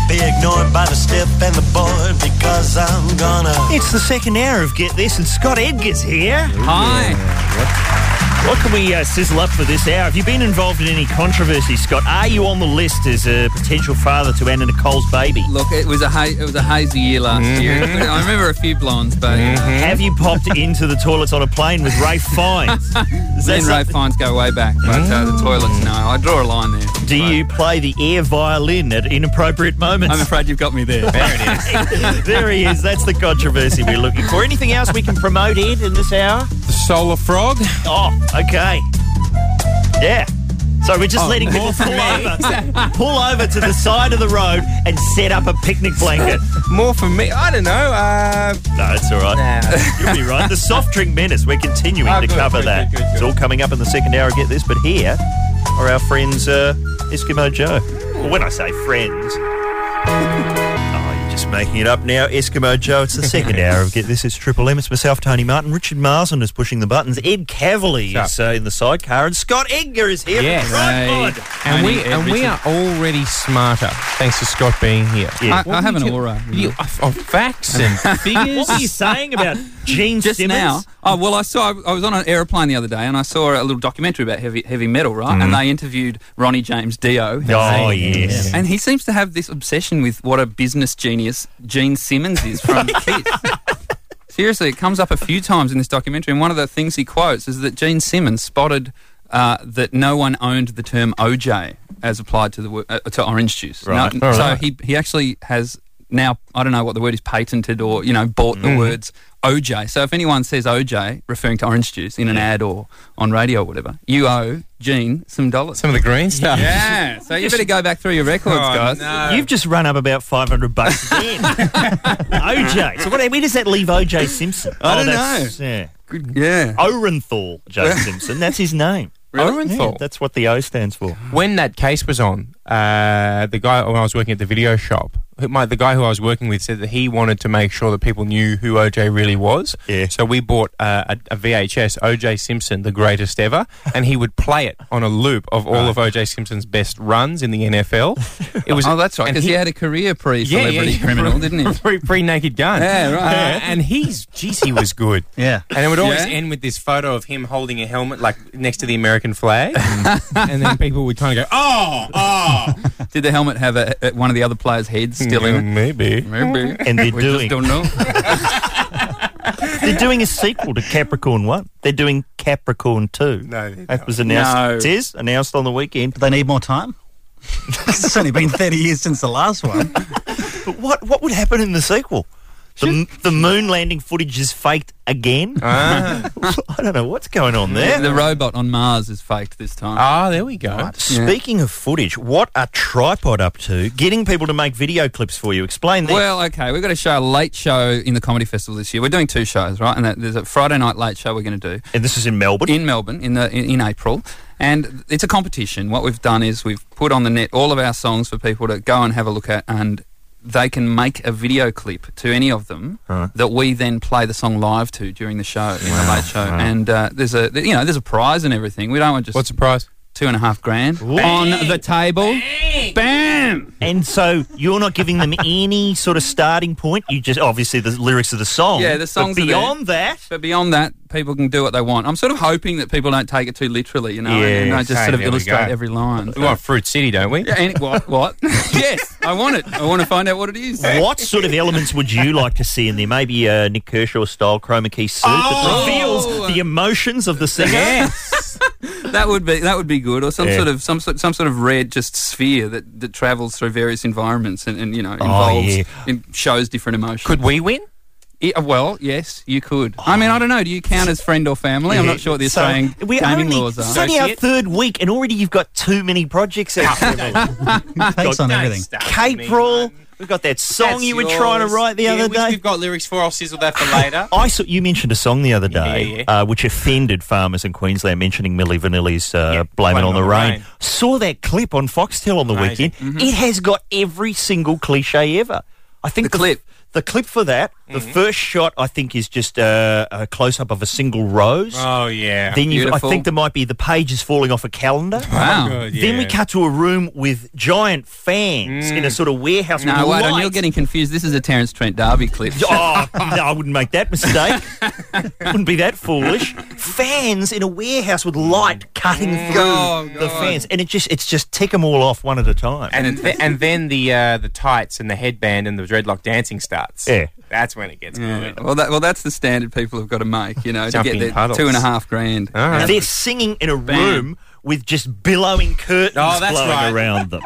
Be ignored by the stiff and the bored because I'm gonna. It's the second hour of Get This, and Scott Edgar's here. Hi. What can we uh, sizzle up for this hour? Have you been involved in any controversy, Scott? Are you on the list as a potential father to Anna Nicole's baby? Mm-hmm. Look, it was a ha- it was a hazy year last year. [laughs] I remember a few blondes, but you know, Have you popped into the toilets on a plane with Ray [laughs] Fiennes? Is me that and Ray something- Fines go way back. But uh, the toilets, no, I draw a line there. Do you play the air violin at inappropriate moments? I'm afraid you've got me there. there he is. [laughs] That's the controversy we're looking for. Anything else we can promote, Ed, in this hour? The Solar Frog. Oh, okay. Yeah. So we're just Oh, letting people more for pull [laughs] me. over, pull over to the side of the road and set up a picnic blanket. [laughs] More for me. I don't know. Uh, No, it's all right. Nah. [laughs] You'll be right. The soft drink menace. We're continuing Oh, to good, cover good, that. good, good, It's all coming up in the second hour. Get this, but here are our friends uh, Eskimo Joe. Well, when I say friends, [laughs] oh, you're just making it up now. Eskimo Joe. It's [laughs] the second hour of Get This. It's Triple M. It's myself, Tony Martin. Richard Marsden is pushing the buttons. Ed Cavalier is uh, in the sidecar, and Scott Edgar is here. Yes. from Tripod. and we and we are already smarter thanks to Scott being here. Yeah. I- I have an aura, You, of, of facts [laughs] and figures. What were you saying about Gene Just Simmons? now, oh well, I saw. I was on an aeroplane the other day, and I saw a little documentary about heavy heavy metal, right? And they interviewed Ronnie James Dio. his Mm. Oh, name. yes. And he seems to have this obsession with what a business genius Gene Simmons [laughs] is from Kiss. Seriously, it comes up a few times in this documentary, and one of the things he quotes is that Gene Simmons spotted uh, that no one owned the term OJ as applied to the wo- uh, to orange juice. No- Right. All so right. he he actually has now I don't know what the word is patented or you know bought the Mm. words OJ. So if anyone says OJ referring to orange juice in an ad or on radio or whatever, you owe Gene some dollars. Some of the green stuff. Yeah, so you better go back through your records, Oh, guys. no. You've just run up about 500 [laughs] bucks again. OJ. So what, where does that leave OJ Simpson? I don't know. Yeah. Good- Yeah. [laughs] Orenthal Joe Simpson. That's his name. Really? Yeah, that's what the O stands for. When that case was on, uh, the guy when I was working at the video shop, who- my, the guy who I was working with said that he wanted to make sure that people knew who OJ really was. Yeah. So we bought uh, a, a VHS, OJ Simpson, the greatest ever, and he would play it on a loop of all of OJ Simpson's best runs in the NFL. It was [laughs] oh, that's right, and because he, had a career pre-celebrity Yeah, yeah, yeah. criminal, didn't he? Pre, pre naked gun. Yeah, right. Uh, and he's, geez, he was good. Yeah. And it would always [laughs] Yeah? end with this photo of him holding a helmet, like next to the American [laughs] flag. and then people would kind of go, oh, oh. Did the helmet have a, a- one of the other players' heads still in it? Maybe. Maybe. And they're we doing- just don't know. They're doing a sequel to Capricorn 1. They're doing Capricorn 2. No. That was announced. No. It is announced on the weekend. But they need more time. [laughs] it's only been 30 years since the last one. [laughs] But what, what would happen in the sequel? The, the moon landing footage is faked again? Ah. [laughs] I don't know what's going on there. The robot on Mars is faked this time. Ah, there we go. Speaking of footage, what are Tripod up to? Getting people to make video clips for you. Explain that. Well, okay, we've got a show, a late show in the Comedy Festival this year. We're doing two shows, right? And that, there's a Friday night late show we're going to do. and this is in Melbourne. in Melbourne in the in, in April, and it's a competition. What we've done is we've put on the net all of our songs for people to go and have a look at, and they can make a video clip to any of them Right. that we then play the song live to during the show in the late show. And uh, there's a you know there's a prize and everything. We don't want just What's the price? two and a half grand on the table. Bam! and so you're not giving [laughs] them any sort of starting point. You just obviously the lyrics of the song. Yeah, the But songs are there. beyond that. But beyond that, people can do what they want. I'm sort of hoping that people don't take it too literally, you know, and- and Yeah, I just okay, sort of there we illustrate go. every line. We want Fruit City, don't we? Yeah, and what? What? yes, I want it. I want to find out what it is. What sort of elements would you like to see in there? Maybe a Nick Kershaw style chroma key suit Oh! that reveals the emotions of the singer. That would be that would be good, or some Yeah. sort of some sort some sort of red just sphere that, that travels through various environments and, and you know involves Oh, yeah. and shows different emotions. Could we win? Yeah, well, yes, you could. I mean, I don't know. Do you count as friend or family? I'm not sure what the So Australian we're gaming only, laws are. It's only our third week, and already you've got too many projects out [laughs] there. Takes on Don't everything. start with me, Capril. man. We've got that song That's you were trying to yours. write the Yeah, other which day. We've got lyrics for. I'll sizzle that for later. I saw you mentioned a song the other day, Yeah, Uh, which offended farmers in Queensland, mentioning Milli Vanilli's uh, "Blame It on the, rain. Mm-hmm. Saw that clip on Foxtel on the Amazing. weekend. It has got every single cliche ever. I think The clip. the clip for that, the first shot, I think, is just uh, a close up of a single rose. Oh yeah. then you, I beautiful. think there might be the pages falling off a calendar. Wow. Good, Then we yeah. cut to a room with giant fans in a sort of warehouse. Mm. No, with wait, on, lights. [laughs] you're getting confused. This is a Terence Trent D'Arby clip. Oh, [laughs] no, I wouldn't make that mistake. wouldn't be that foolish. Fans in a warehouse with light cutting through Oh, the God. fans, and it just it's just tick them all off one at a time. and th- and then the uh, the tights and the headband and the dreadlock dancing starts. Yeah. that's when it gets good. Well, that, well, that's the standard people have got to make, you know, to Jumping get their puddles. two and a half grand. All right. They're singing in a room with just billowing curtains Oh, that's blowing right. [laughs] around them.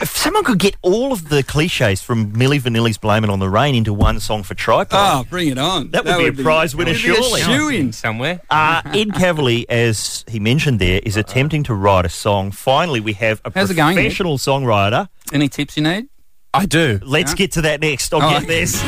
If someone could get all of the cliches from Millie Vanilli's "Blame It on the Rain" into one song for Tripod, Oh, bring it on. That would be a prize winner, that would be surely. a shoo-in. somewhere. uh, Ed Cavalier, as he mentioned there, is attempting to write a song. Finally, we have a How's it going, Ed? professional songwriter. Any tips you need? I do. Let's get to that next. I'll Oh, get okay. this. [laughs]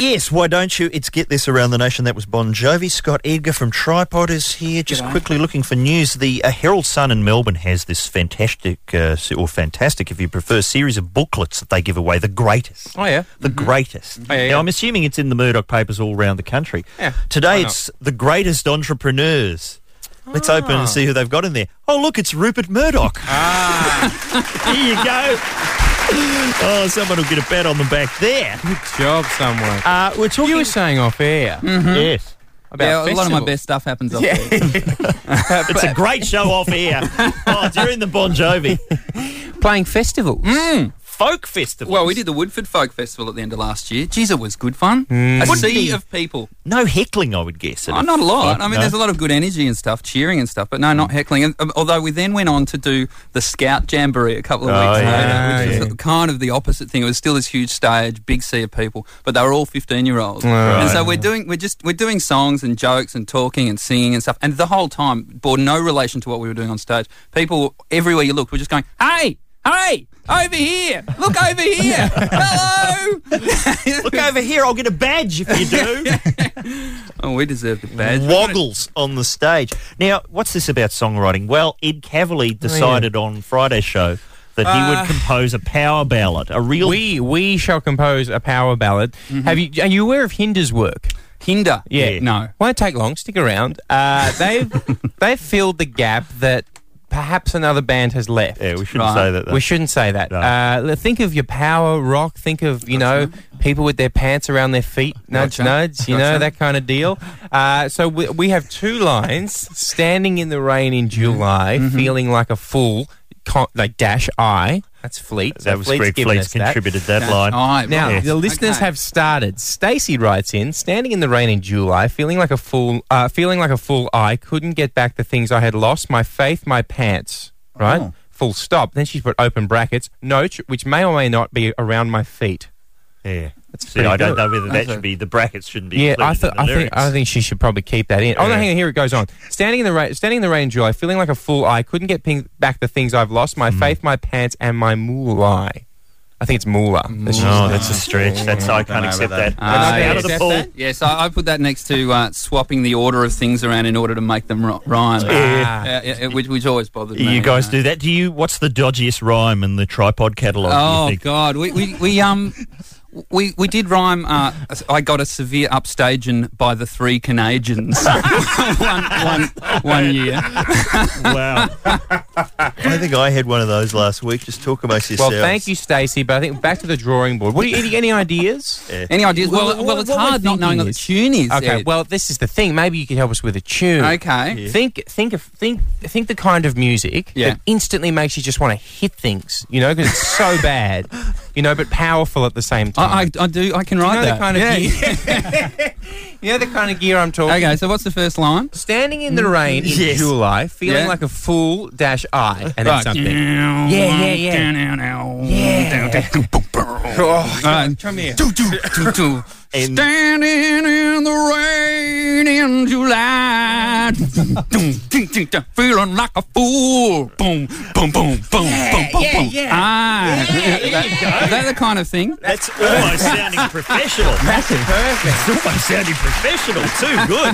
yes, why don't you? It's Get This Around the Nation. That was Bon Jovi. Scott Edgar from Tripod is here. Just quickly looking for news. The uh, Herald Sun in Melbourne has this fantastic, uh, se- or fantastic if you prefer, series of booklets that they give away. The greatest. Oh yeah. The Mm-hmm. greatest. Oh, yeah, Now, yeah. I'm assuming it's in the Murdoch papers all around the country. Yeah, Today, why not? it's the greatest entrepreneurs. Let's open Ah. and see who they've got in there. Oh, look, it's Rupert Murdoch. Ah. [laughs] Here you go. Oh, someone will get a bat on the back there. Good job, someone. Uh, we're talking. Mm-hmm. you were saying off air Yes. about yeah, a lot of festivals. my best stuff happens off Yeah. there. [laughs] It's a great show off air. Oh, during the Bon Jovi Playing festivals. Folk Festival. Well, we did the Woodford Folk Festival at the end of last year. Geez, it was good fun. A sea of people. Mm. No heckling, I would guess. Oh, not a lot. I mean, No. there's a lot of good energy and stuff, cheering and stuff, but no, not heckling. And, um, although we then went on to do the Scout Jamboree a couple of Oh, weeks yeah. later, which Ah, was kind of the opposite thing. It was still this huge stage, big sea of people, but they were all 15 year Oh, olds. And so we're doing we're just we're doing songs and jokes and talking and singing and stuff. And the whole time bore no relation to what we were doing on stage. People everywhere you looked were just going, "Hey, hey." Over here! Look [laughs] over here! Hello! Look over here. I'll get a badge if you do. [laughs] [laughs] oh, we deserve the badge. Mm. Woggles on the stage. Now, what's this about songwriting? Well, Ed Cavalier decided on Friday's show that he Uh, would compose a power ballad, a real. Mm-hmm. We we shall compose a power ballad. Have you? Are you aware of Hinder's work? Hinder? Yeah. Yeah. No. Won't take long. Stick around. Uh, they've [laughs] they've filled the gap that perhaps another band has left. Yeah, we shouldn't say that. Though. We shouldn't say that. No. Uh, l- think of your power rock. Think of you know people with their pants around their feet, nudge, Gotcha. nudge. You know Gotcha. that kind of deal. Uh, so we, we have two lines: standing in the rain in July, Mm-hmm. feeling like a fool. Con- like dash I. That's Fleet. That So was Fleet's Greg given Fleet's us that. contributed that Dash line. I. Now Yes. the listeners have started. Stacy writes in, standing in the rain in July, feeling like a fool. Uh, feeling like a fool. I couldn't get back the things I had lost: my faith, my pants. Right. Oh. Full stop. Then she's put open brackets. Note, which may or may not be around my feet. Yeah. That's See, pretty I good. don't know whether that That's should be the brackets shouldn't be. Yeah, I, th- included in the I think lyrics. I think she should probably keep that in. Oh no, Yeah. hang on. Here it goes on. Standing in the rain, standing in the rain in July, feeling like a fool. I couldn't get ping- back the things I've lost: Mm. my faith, my pants, and my moolai. I think it's moolah. That's just- No, Oh, that's a stretch. That's I can't accept that. Ah, That's out yes. of the pool. Yes, I, I put that next to uh, swapping the order of things around in order to make them ri- rhyme. Yeah. Uh, yeah, yeah, which, which always bothered me. Uh, You guys do that? Do you? What's the dodgiest rhyme in the tripod catalog? Oh you think? God, we we, we um. We, we did rhyme. Uh, I got a severe upstaging by the three Canadians [laughs] one, one, one year. wow. [laughs] I think I had one of those last week. Just talk amongst Well, yourselves. thank you, Stacey. But I think back to the drawing board. What do you, any, any ideas? Yeah. Any ideas? Well, well, it's we're hard not thinking knowing what the tune is. Okay, Ed. well, this is the thing. Maybe you could help us with a tune. Okay. Think, think, of, think, think the kind of music Yeah. that instantly makes you just want to hit things. You know, because it's [laughs] so bad. You know, but powerful at the same I, time. I, I do. I can you write know that. the kind of Yeah. gear. [laughs] you know the kind of gear I'm talking. [laughs] okay, so what's the first line? Standing in the rain in Yes. July, feeling Yeah. like a fool dash I, and then Right. something. Yeah, [laughs] yeah, yeah. yeah. Oh, right. come here. [laughs] And- Standing in the rain in July, Dum, ding, ding, ding. feeling like a fool. Boom, boom, boom, boom, boom, boom, boom. Ah, [laughs] is that the kind of thing? That's almost sounding professional. That's Perfect. almost [laughs] sounding professional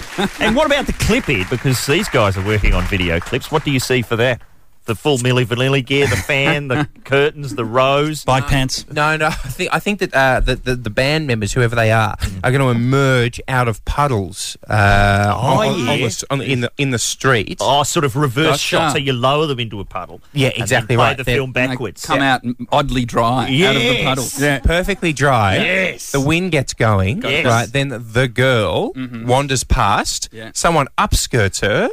too. Good. And what about the clip here? Because these guys are working on video clips. What do you see for that? The full Milli Vanilli gear, the [laughs] fan, the curtains, the rose. Bike pants. No, no. I think I think that uh, the, the the band members, whoever they are, are going to emerge out of puddles uh, on, on- on yeah. the s- on- in the in the street. Oh, sort of reverse Gotcha. shot, so you lower them into a puddle. Yeah, and then exactly play right. the They're- film And they backwards. Come out oddly dry out of the puddle. Yes. Yeah. Perfectly dry. Yes. The wind gets going. Yes. Right. Then the girl wanders past. Mm-hmm. Yeah. Someone upskirts her.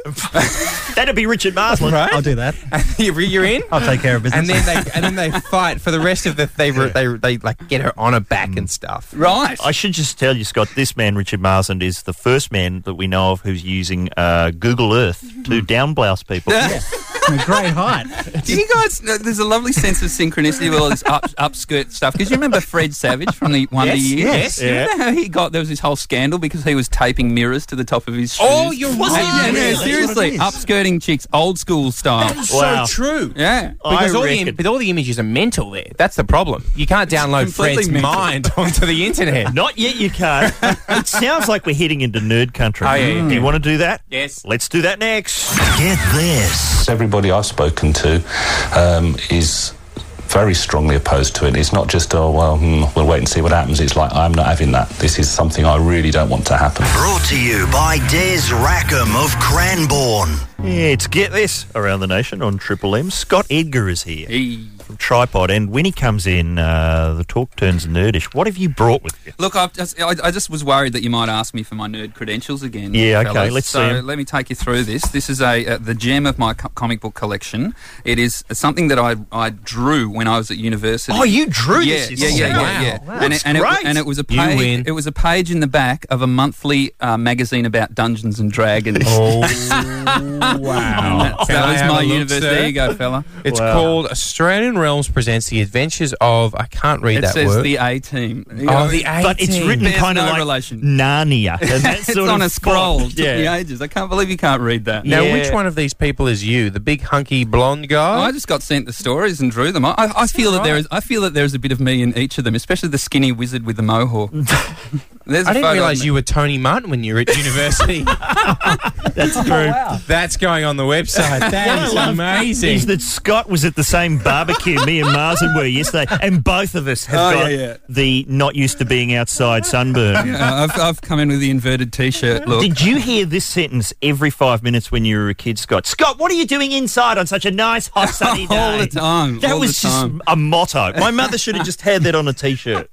[laughs] That'd be Richard Marsland. Right. I'll do that. [laughs] you're, you're in. I'll take care of business. And then they and then they fight for the rest of the. They re- they, they like get her on her back and stuff. Right. I should just tell you, Scott, this man, Richard Marsland, is the first man that we know of who's using uh, Google Earth Hmm. to downblouse people. From a great height. Do you guys? know There's a lovely sense of synchronicity with all this up, upskirt stuff. Because you remember Fred Savage from the Wonder Yes, Years? yes. You remember how he got there was this whole scandal because he was taping mirrors to the top of his shoes. Oh, you're Yeah, right. yeah, Really? no, seriously, upskirting chicks, old school style. So Wow. true. yeah. I Because all the, reckon- but all the images are mental there. [laughs] That's the problem. You can't download completely Fred's mental. mind [laughs] onto the [laughs] internet. Not yet, you can't. [laughs] it sounds like we're heading into nerd country. Oh, yeah, yeah, Do you want to do that? Yes. Let's do that next. Get this. Everybody I've spoken to um, is very strongly opposed to it. It's not just, oh, well, hmm, we'll wait and see what happens. It's like, I'm not having that. This is something I really don't want to happen. Brought to you by Des Rackham of Cranbourne. Yeah, it's Get This Around the Nation on Triple M. Scott Edgar is here Hey. from Tripod. And when he comes in, uh, the talk turns nerdish. What have you brought with you? Look, I've just, I, I just was worried that you might ask me for my nerd credentials again. Yeah, okay, fellas. let's see so 'em. let me take you through this. This is a uh, the gem of my co- comic book collection. It is something that I, I drew when I was at university. Oh, you drew yeah, this yeah, yeah, yourself. yeah, yeah. Wow, and, that's it, and, great. It, and it was a You win. page. It was a page in the back of a monthly uh, magazine about Dungeons and Dragons. Oh, [laughs] wow. that was my universe. There you go, fella. It's Wow. called Australian Realms presents the adventures of I can't read It that says word. the A team. oh, the But it's 18. written There's kind of no like relation. Narnia. And that [laughs] it's sort on of a scroll. font. Oh, It Took me Yeah. ages. I can't believe you can't read that. Now, Yeah. which one of these people is you? The big hunky blonde Oh, guy? I just got sent the stories and drew them. I, [laughs] I, I feel that there is. I feel that there is a bit of me in each of them, especially the skinny wizard with the mohawk. There's a I didn't photo of realise me. you were Tony Martin when you were at university. That's true. That's going on the website. Oh, That is amazing. Is that Scott was at the same barbecue me and Marzen were yesterday, and both of us have Oh, got yeah, yeah. the not used to being outside sunburn. Yeah, I've, I've come in with the inverted T-shirt look. Did you hear this sentence every five minutes when you were a kid, Scott? Scott, what are you doing inside on such a nice, [laughs] hot, sunny day? All the time, That all was the just time. a motto. [laughs] My mother should have just had that on a t-shirt.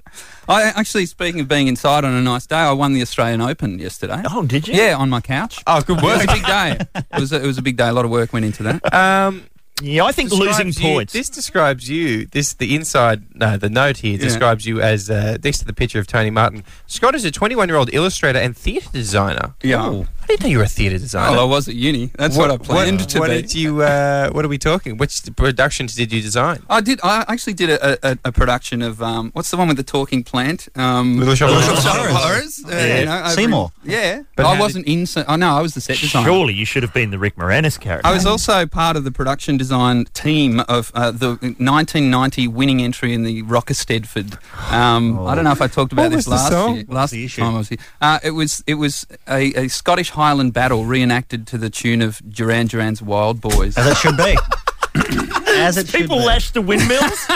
I actually, speaking of being inside on a nice day, I won the Australian Open yesterday. Oh, did you? Yeah, on my couch. Oh, good work. It was a big day. It was a, it was a big day. A lot of work went [laughs] into that. Um, yeah, I think losing points. This describes you. This the inside. No, the note here Yeah. describes you as uh, next to the picture of Tony Martin. Scott is a 21 year old illustrator and theatre designer. Yeah. Ooh. I didn't know you were a theatre designer. Well, I was at uni. That's what, I planned what, to what be. Did you, uh, what are we talking? Which productions did you design? I did. I actually did a, a, a production of um, what's the one with the talking plant? Um, Little Shop of Little Shop of Horrors. Uh, Yeah. you know, I- Seymour. yeah, But how I wasn't in. Se- oh no, I was the set designer. Surely you should have been the Rick Moranis character. I [laughs] was also part of the production design team of uh, the 1990 winning entry in the Rocker Stedford. Um, I don't know if I talked about What was this the last song? year. Last time I was here, uh, it was it was a, a Scottish Highland battle reenacted to the tune of Duran Duran's Wild Boys. As it should [laughs] be. As it People should be. lashed [laughs] to windmills.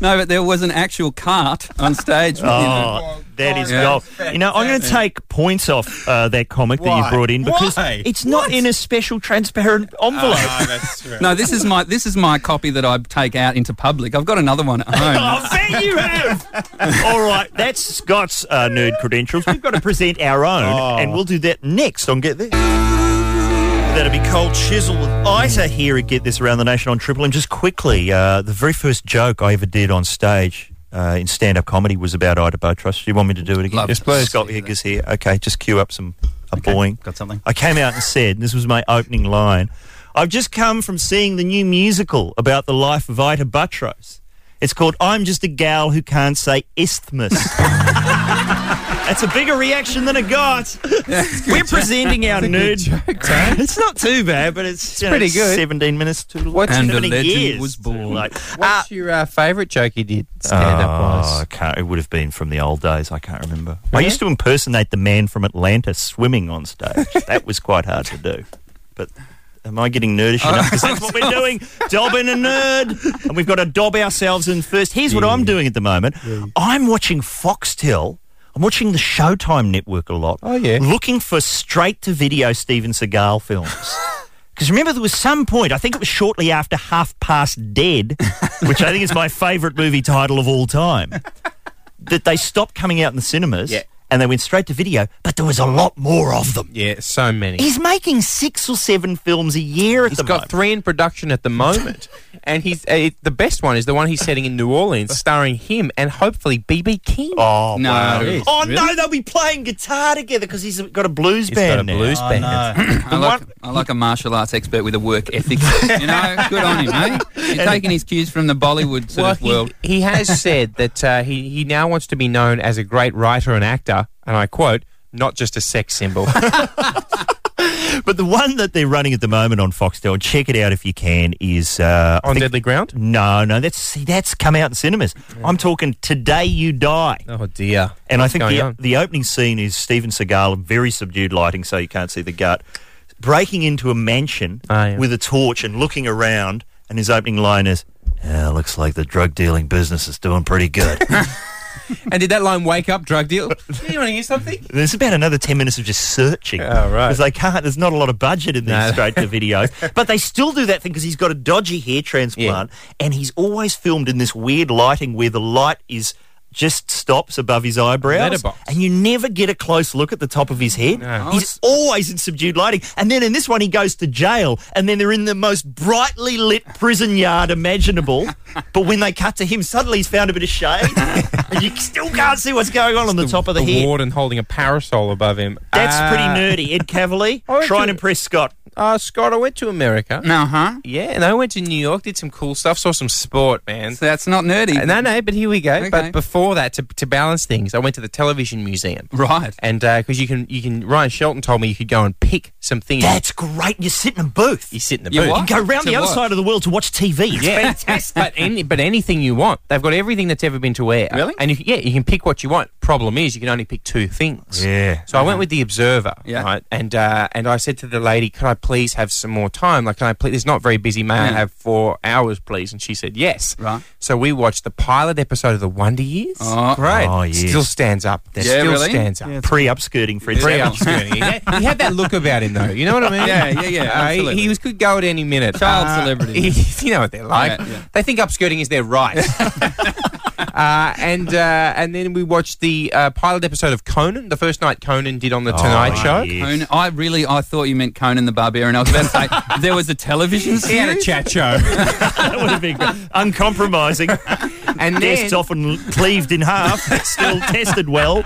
no, but there was an actual cart on stage. with him. Oh, that is Yeah. gold. You know, I'm going to take points off uh, that comic that Why? you brought in because Why? Ah, it's not in a special transparent envelope. that's true. No, this is my this is my copy that I take out into public. I've got another one [laughs] Oh, at home. I bet you have. All right, that's Scott's uh, nerd credentials. We've got to present our own, and Oh. we'll do that next on Get This. That'll be Cold Chisel with Isa here at Get This Around the Nation on Triple M. Just quickly, uh, the very first joke I ever did on stage uh, in stand up comedy was about Ida Botros. Do you want me to do it again? Love Yes, it. please. Scott Higgins here. Okay, just cue up some a boing. Got something? I came out and said, this was my opening line, I've just come from seeing the new musical about the life of Ida Butros. It's called I'm Just a Gal Who Can't Say [laughs] Isthmus. [laughs] That's a bigger reaction than [laughs] it got. We're presenting our nerd. it's not too bad, but it's, you know, pretty good. 17 minutes too long. What's- And a 70 legend years was too born. late. What's your uh, favourite joke you did stand up Oh, I wise? can't, it would have been from the old days. I can't remember. I used to impersonate the man from Atlanta swimming on stage. that was quite hard to [laughs] do. But am I getting nerdish enough? 'Cause that's what we're doing. Dobbing a nerd. And we've got to dob ourselves in first. Here's what I'm doing at the moment I'm watching Foxtel. I'm watching the Showtime network a lot. Oh, yeah. Looking for straight to video Steven Seagal [laughs] films. Because remember, there was some point, I think it was shortly after Half Past Dead, which I think is my favourite movie title of all time, that they stopped coming out in the cinemas Yeah. and they went straight to video, but there was a lot more of them. Yeah, so many. He's making six or seven films a year at He's the got moment. three in production at the [laughs] moment, and he's uh, the best one is the one he's setting in New Orleans, starring him and hopefully BB King. Oh, No, wow. it is. Oh, no, Really? they'll be playing guitar together because he's got a blues he's got a band now. blues band. [clears throat] I like, I like a martial arts expert with a work ethic. you know, good on him, eh? He's taking his cues from the Bollywood sort Well, of world. he, he [laughs] has said that uh, he he now wants to be known as a great writer and actor, and I quote, "Not just a sex [laughs] symbol." [laughs] But the one that they're running at the moment on Foxtel, check it out if you can, is. Uh, I on think- deadly ground. No, no, that's see, that's come out in cinemas. I'm talking Today You Die. Oh dear! And I What's think going the, on? the opening scene is Steven Seagal, very subdued lighting, so you can't see the gut, breaking into a mansion Ah, yeah. with a torch and looking around. And his opening line is, yeah, looks like the drug dealing business is doing pretty good. and and did that line wake up drug [laughs] deal? you want to hear something? there's about another 10 minutes of just searching. Oh, right. Because they can't, there's not a lot of budget in these No. straight [laughs] to videos. but they still do that thing because he's got a dodgy hair transplant and he's always filmed in this weird lighting where the light is. Just stops above his eyebrows, Letterbox. and you never get a close look at the top of his head. No. He's always in subdued lighting, and then in this one he goes to jail, and then they're in the most brightly lit prison [laughs] yard imaginable. but when they cut to him, suddenly he's found a bit of shade, and you still can't see what's going on on the, top of the, the head. warden holding a parasol above him. That's Ah. pretty nerdy. Ed Cavalier, I try and reckon- impress Scott. Uh, Scott, I went to America. Uh huh. Yeah, and I went to New York, did some cool stuff, saw some sport, man. Uh, So that's not nerdy. no, no, but here we go. Okay. But before that, to, to balance things, I went to the Television Museum. Right. And because you can, you can. Ryan Shelton told me you could go and pick some things. That's great. You sit in a booth. you sit in the You booth. can go round the other side of the world to watch TV. It's Yeah, [laughs] fantastic. but any, but anything you want, they've got everything that's ever been to air. Really? And you, yeah, you can pick what you want. Problem is, you can only pick two things. Yeah. So I went with the Observer. Mm-hmm. Yeah. Right, and uh, and I said to the lady, "Can I please have some more time? Like, can I please? It's not very busy. May I Mm. have four hours, please?" And she said, "Yes." Right. So we watched the pilot episode of The Wonder Years. Oh. Great. Oh, yes. Still stands up. Yeah, Still really? stands up. Pre-upskirting for Pretty itself. upskirting. he, had, he had that look about him, though. You know what I mean? Yeah, yeah, yeah, Uh, he- he, absolutely. was could go at any minute. Uh, Child celebrity. [laughs] you know what they're like. Yeah, yeah. They think upskirting is their [laughs] right. uh, and uh, and then we watched the uh, pilot episode of Conan, the first night Conan did Oh, Oh, on the Tonight Show. Conan, I really, I thought you meant Conan the Barbarian. I was about to say there was a television He had a series. chat show. that would have been great. uncompromising. and then, Guests often cleaved in half, [laughs] still tested well.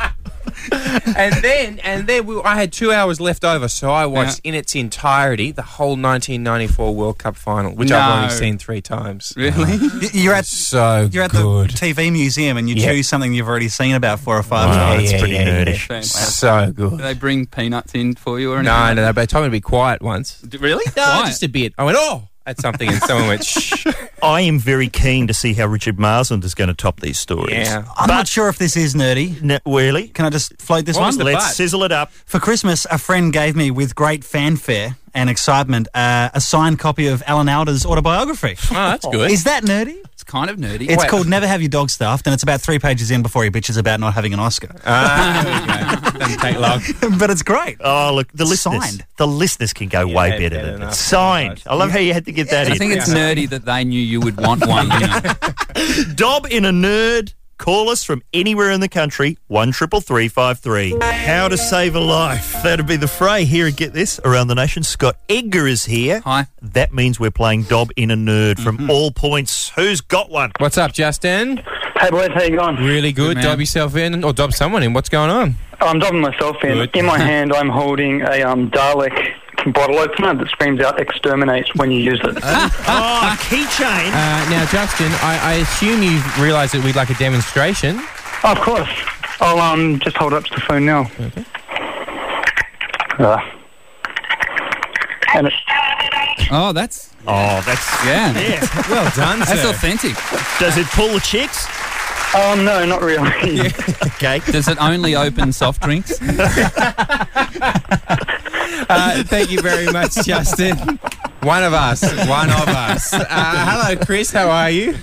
and then and then we, I had two hours left over, so I watched in its entirety the whole 1994 World Cup final, which I've only No. seen three times. Really? Y- You're at So you're at good. the TV museum and you Yeah. choose something you've already seen about four or five Wow, times. that's pretty nerdish. So Do good. they bring peanuts in for you or anything? No, no, no. But they told me to be quiet once. D- Really? No, Why? just a bit. I went, oh, at something, and someone went, shh. I am very keen to see how Richard Marsland is going to top these stories. Yeah. I'm not sure if this is nerdy. N- really? Can I just float this one? Let's sizzle it up. For Christmas, a friend gave me, with great fanfare and excitement, uh, a signed copy of Alan Alda's autobiography. Oh, that's good. Is that nerdy? It's kind of nerdy. It's Wait. called Never Have Your Dog Stuffed, and it's about three pages in before he bitches about not having an Oscar. Uh, Ah, there we go. [laughs] Doesn't take long. but it's great. Oh, look, the listeners. Signed. The listeners can go way better better, than than that. us. Signed. I love how you had to get that I in. think it's nerdy that they knew you would want one. You know? [laughs] Dob in a nerd. Call us from anywhere in the country, one triple three five three. How to save a life. That'd be the fray here at Get This Around the Nation. Scott Edgar is here. Hi. Mm-hmm. That means we're playing Dob in a Nerd from all points. Who's got one? What's up, Justin? Hey boys, how you going? Really good. man. Dob yourself in, or dob someone in. What's going on? I'm dobbing Oh, myself in. Good. [laughs] In my hand, I'm holding a um, Dalek bottle opener that screams out "exterminates" when you use [laughs] it. oh, keychain. Uh, now, Justin, I, I assume you realise that we'd like a demonstration. of course, I'll um, just hold up to the phone now. Uh, and it, Oh, that's Oh, that's. yeah. Yeah. [laughs] Well done, That's authentic. Does it pull the chicks? um, no, not [laughs] really. Okay. Does it only open soft drinks? Uh, thank you very [laughs] much, Justin. One of us. One of us. Uh, hello, Chris. How are you?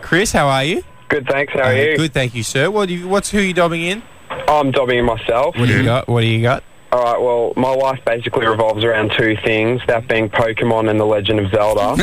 Chris, how are you? Good, thanks. How are Uh, you? Good, thank you, sir. What do you, what's who you dobbing in? I'm dobbing in myself. What do you got? What do you got? All right. Well, my life basically revolves around two things: that being Pokemon and The Legend [laughs] of Zelda.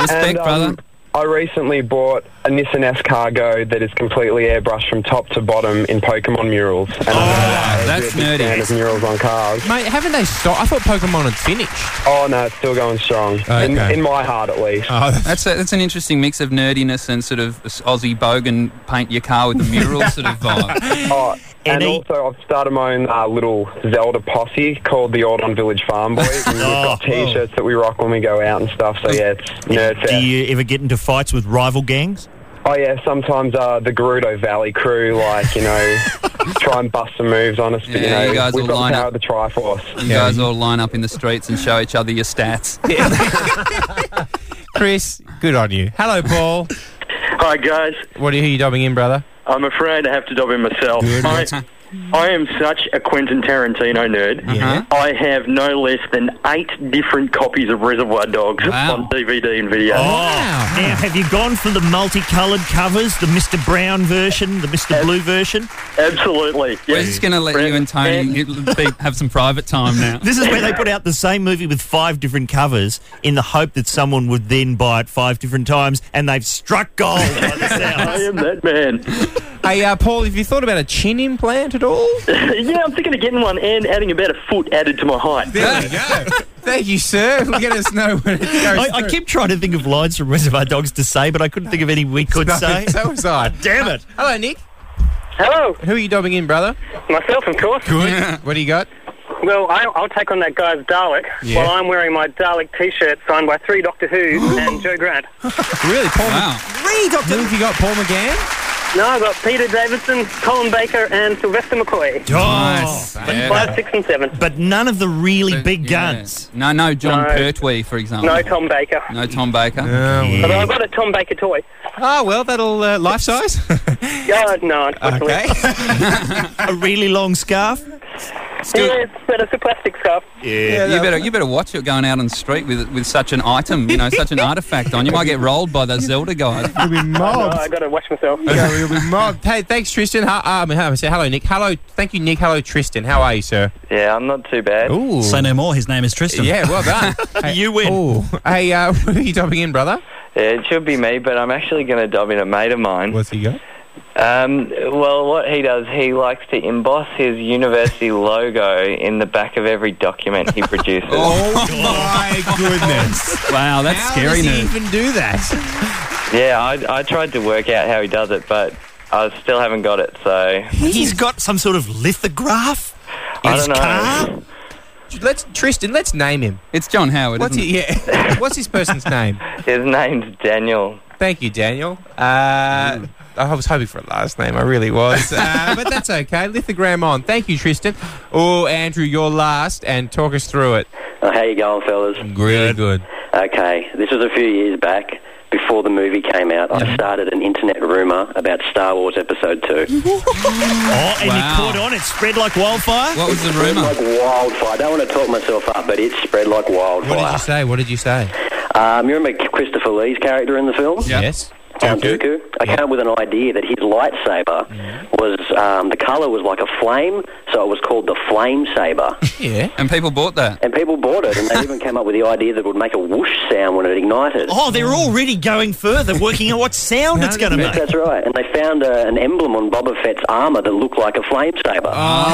Respect, um, brother. I recently bought a Nissan S cargo that is completely airbrushed from top to bottom in Pokemon murals. And oh, I'm that's nerdy. Fan of murals on cars. Mate, haven't they stopped? I thought Pokemon had finished. Oh no, it's still going strong. In, Okay. in my heart, at least. [laughs] Oh, That's a, that's an interesting mix of nerdiness and sort of Aussie bogan paint your car with a mural sort [laughs] of vibe. [laughs] Oh, and Any- also, I've started my own uh, little Zelda posse called the Ordon Village Farm [laughs] Boys. And we've got Oh. t-shirts that we rock when we go out and stuff. So yeah, it's nerd [laughs] Do fest. you ever get into fights with rival gangs? Oh yeah, sometimes uh, the Gerudo Valley crew, like you [laughs] know, try and bust some moves on us. But Yeah, you know, you guys we've all got line the power up. of the Triforce. You guys all line up in the streets and show each other your stats. [laughs] Chris, good on you. Hello, Paul. Hi guys, what are you, who you dobbing in, brother? I'm afraid I have to dob in myself. Good. I, I am such a Quentin Tarantino nerd. Yeah. Uh-huh. I have no less than eight different copies of Reservoir Dogs Wow. on DVD and video. Wow. Now, have you gone for the multicoloured covers, the Mr. Brown version, the Mr. Blue version? Absolutely. We're just going to let you and Tony be, have some private time now. This is where they put out the same movie with five different covers in the hope that someone would then buy it five different times, and they've struck [laughs] gold. by the I sounds. am that man. Hey, uh, Paul, have you thought about a chin implant at all? [laughs] yeah, I'm thinking of getting one and adding about a foot added to my height. [laughs] There we go. Thank you, sir. Let us know when it goes I, I through. keep trying to think of lines from Reservoir Dogs to say, but I couldn't think of any we could [laughs] No, say. So was I. Damn it! Hello, Nick. Hello, Who are you dobbing in, brother? myself, of course. Good. what do you got? Well, I, I'll take on that guy's Dalek Yeah. while I'm wearing my Dalek T-shirt signed by three Doctor Who's [gasps] and Joe Grant. Really, Paul? Wow. Really, Doctor? Who have you got? Paul McGann? No, I've got Peter Davidson, Colin Baker, and Sylvester McCoy. Nice. But Yeah. Five, six, and seven. Oh, But none of the really big guns. No, no, John No. Pertwee, for example. No Tom Baker. No Tom Baker. Although I've got a Tom Baker toy. Ah, Oh, well, that'll uh, life size. Yeah, no, unfortunately. [laughs] a really long scarf. Yeah, it's, but it's a plastic scarf. you better you better watch it going out on the street with with such an item, you know, [laughs] such an artifact on. You might get rolled by those Zelda guys. You'll be No, I got to watch myself. yeah, we'll be mobbed. Hey, thanks, Tristan. How, uh, I mean, how- say hello, Nick. Hello, thank you, Nick. Hello, Tristan. How are you, sir? Yeah, I'm not too bad. Ooh. Say no more. His name is Tristan. Yeah, well [laughs] done. [laughs] you win. Hey, uh, [laughs] who are you dubbing in, brother? Yeah, it should be me, but I'm actually going to dub in a mate of mine. What's he got? Um, well, what he does, he likes to emboss his university [laughs] logo in the back of every document [laughs] he produces. Oh. my goodness! wow, that's How scary does he news. even do that? Yeah, I, I tried to work out how he does it, but I still haven't got it. So He's got some sort of lithograph. [laughs] I don't know. Let's Tristan. Let's name him. It's John Howard. What's isn't he, yeah? [laughs] What's this person's name? His name's Daniel. Thank you, Daniel. Uh, I was hoping for a last name. I really was, uh, but that's okay. Lithogram on. Thank you, Tristan. Oh, Andrew, you're last, and talk us through it. Oh, how you going, fellas? Really good. Okay, this was a few years back. Before the movie came out, I started an internet rumor about Star Wars Episode Two. Oh, and he caught on. It spread like wildfire. What was the Spread like wildfire. I don't want to talk myself up, but it spread like wildfire. What did you say? What did you say? Um, you remember Christopher Lee's character in the film? Yes. Count Dooku. I came up with an idea that his lightsaber was um, the color was like a flame, so it was called the flame [laughs] saber. he? Yeah. And people bought that. and people bought it, and they even came up with the idea that it would make a whoosh sound when it ignited. Oh, they're already going further, working out [laughs] what sound it's going to make. That's right. And they found uh, an emblem on Boba Fett's armour that looked like a flamesaber.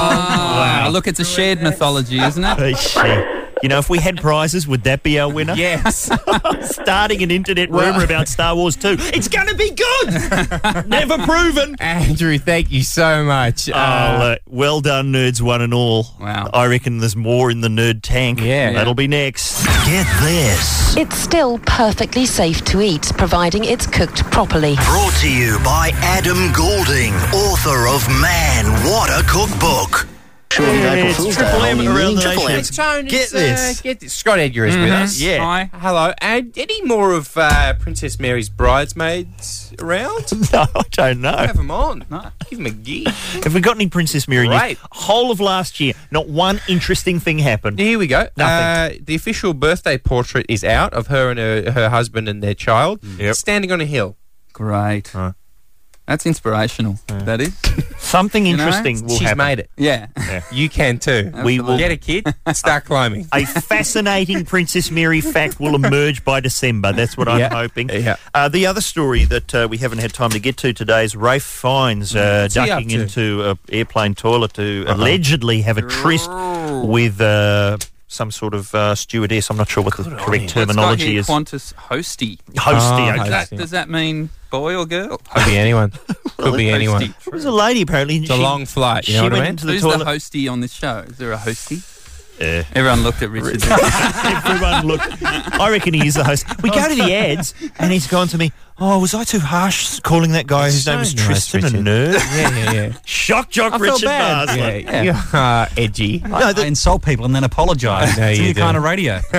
wow. Look, it's a shared mythology, isn't it? You know, if we had prizes, would that be our winner? Yes. [laughs] Starting an internet rumor about Star Wars 2. It's going to be good. Never proven. Andrew, thank you so much. Oh, look, well done, nerds, one and all. Wow. I reckon there's more in the nerd tank. Yeah. That'll be next. Get this. It's still perfectly safe to eat, providing it's cooked properly. Brought to you by Adam Goulding, author of Man, What a Cookbook. It's Triple M around the nation. Get this. uh, get this. Scott Edgar is with Mhm. us. Yeah. Hi. Hello. And any more of uh, Princess Mary's bridesmaids around? [laughs] no, I don't know. Have them on. Give them a gig. Have we got any Princess Mary Right. news? Whole of last year, not one interesting thing happened. Here we go. Nothing. Uh, the official birthday portrait is out of her and her, her husband and their child standing on a hill. Great. That's inspirational. That is. Something You know? interesting will She's happen. made it. Yeah. You can too. We will- get a kid. Start climbing. A fascinating Princess Mary fact will emerge by December. That's what Yeah. I'm hoping. Uh, the other story that uh, we haven't had time to get to today is Rafe Fiennes uh, What's he up ducking to? Uh-huh. into an airplane toilet to allegedly have a tryst with uh, some sort of uh, stewardess. I'm not sure what the correct Well, it's got terminology here is. Qantas hosty. Hosty, Ah, okay. That- hosty. does that mean boy or girl? [laughs] Could be [laughs] anyone. Could be anyone. It was a lady apparently. and It's a she- long flight. You she know what went I mean? into the Who's toilet. the hosty on [laughs] this show? Is there a hosty? Yeah. Everyone looked at Richard. [laughs] [laughs] Everyone look. I reckon he is the host. Oh, We go [laughs] to the ads, and he's gone to me. Oh, was I too harsh calling that guy whose name is so nice, Tristan a nerd? Richard. Yeah, yeah, yeah. [laughs] Shock jock, I felt Richard bad. Marsland. Yeah, you are edgy. I, I insult people and then apologise. I know it's you your do. kind of radio. the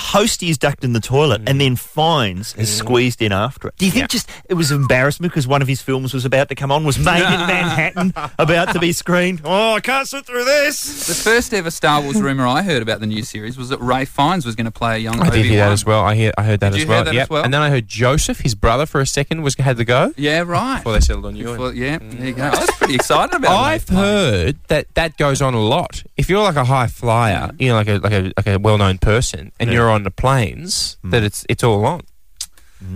hostie is ducked in the toilet and then Fines is squeezed in after it. Do you think just it was embarrassment because one of his films was about to come on, was made in Manhattan, about to be screened? Oh, I can't sit through this. The first ever Star [laughs] Wars rumor I heard about the new series was that Ray Fiennes was going to play a young I did Obi hear that Wan. as well. I hear. I heard that Did as you well. hear that as yep. well? And then I heard Joseph, his brother, for a second was had the go. Yeah, right. Before they settled on you. Well, yeah, there you go. I was pretty excited about it. I've heard that that goes on a lot. If you're like a high flyer, you know, like a like a like a well-known person, and Mm. Yeah. Mm. you're on the planes, that it's it's all on.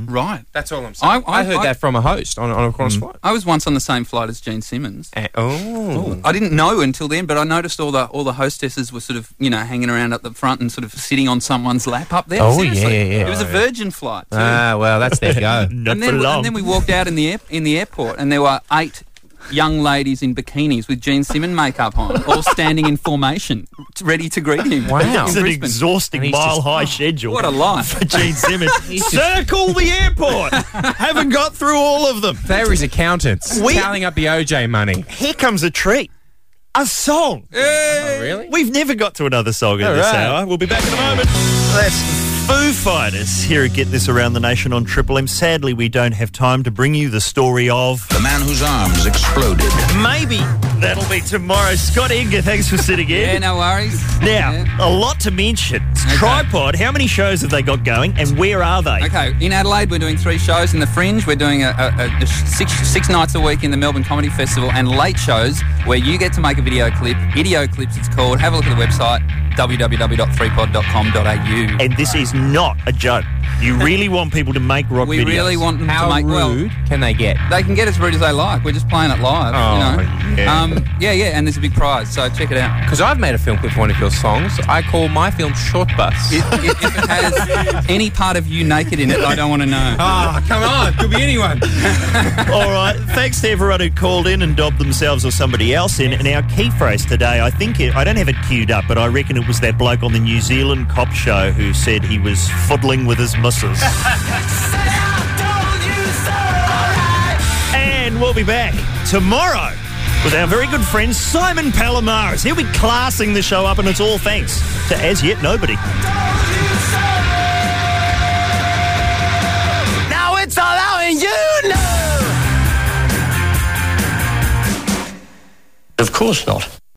Right. That's all I'm saying. Mm. I, heard that from a host on, on a cross flight. Mm. I was once on the same flight as Gene Simmons. oh. I didn't know until then, but I noticed all the all the hostesses were sort of you know hanging around up the front and sort of sitting on someone's lap up there. Oh, Seriously. yeah, yeah, Ah. yeah. It was a Oh, [laughs] Virgin flight. too. Ah, well, that's their go. and then, and then we walked out in the air, in the airport, and there were eight young ladies in bikinis with Gene Simmons makeup on, all standing in formation, ready to greet him. Wow. It's In an Brisbane. exhausting mile high schedule. What a life. [laughs] For [laughs] Gene Simmons. [laughs] Circle the airport. Haven't got through all of them. There is accountants We- counting up the OJ money. Here comes a treat. A song. really? We've never got to another song in All this right. hour. We'll be back in a moment. That's Foo Fighters here at Get This Around the Nation on Triple M. Sadly, we don't have time to bring you the story of The man whose arms exploded. Maybe that'll be tomorrow. Scott Edgar, thanks for sitting in. [laughs] Yeah, no worries. Now, a lot to mention. It's Tripod, how many shows have they got going and where are they? Okay, in Adelaide, we're doing three shows in the Fringe. We're doing a, a, a- a sh- six, six nights a week in the Melbourne Comedy Festival and late shows where you get to make a video clip. Video clips, it's called. Have a look at the website www.freepod.com.au. And this is not a joke. You really want people to make rock We videos. really want them How to make well. rude can they get? They can get as rude as they like. We're just playing it live. Oh, you know? yeah. Um, yeah, yeah, and there's a big prize, so check it out. Because I've made a film clip for one of your songs. I call my film Short Bus. [laughs] Any part of you naked in it, I don't want to know. Ah, come on. Could be anyone. [laughs] All right. Thanks to everyone who called in and dobbed themselves or somebody else in. And our key phrase today, I think it, I don't have it queued up, but I reckon it was that bloke on the New Zealand cop show who said he was fiddling with his missus. and we'll be back tomorrow with our very good friend Simon Palomares. He'll be classing the show up, and it's all thanks to as yet nobody. Now it's all out and you know. Of course not.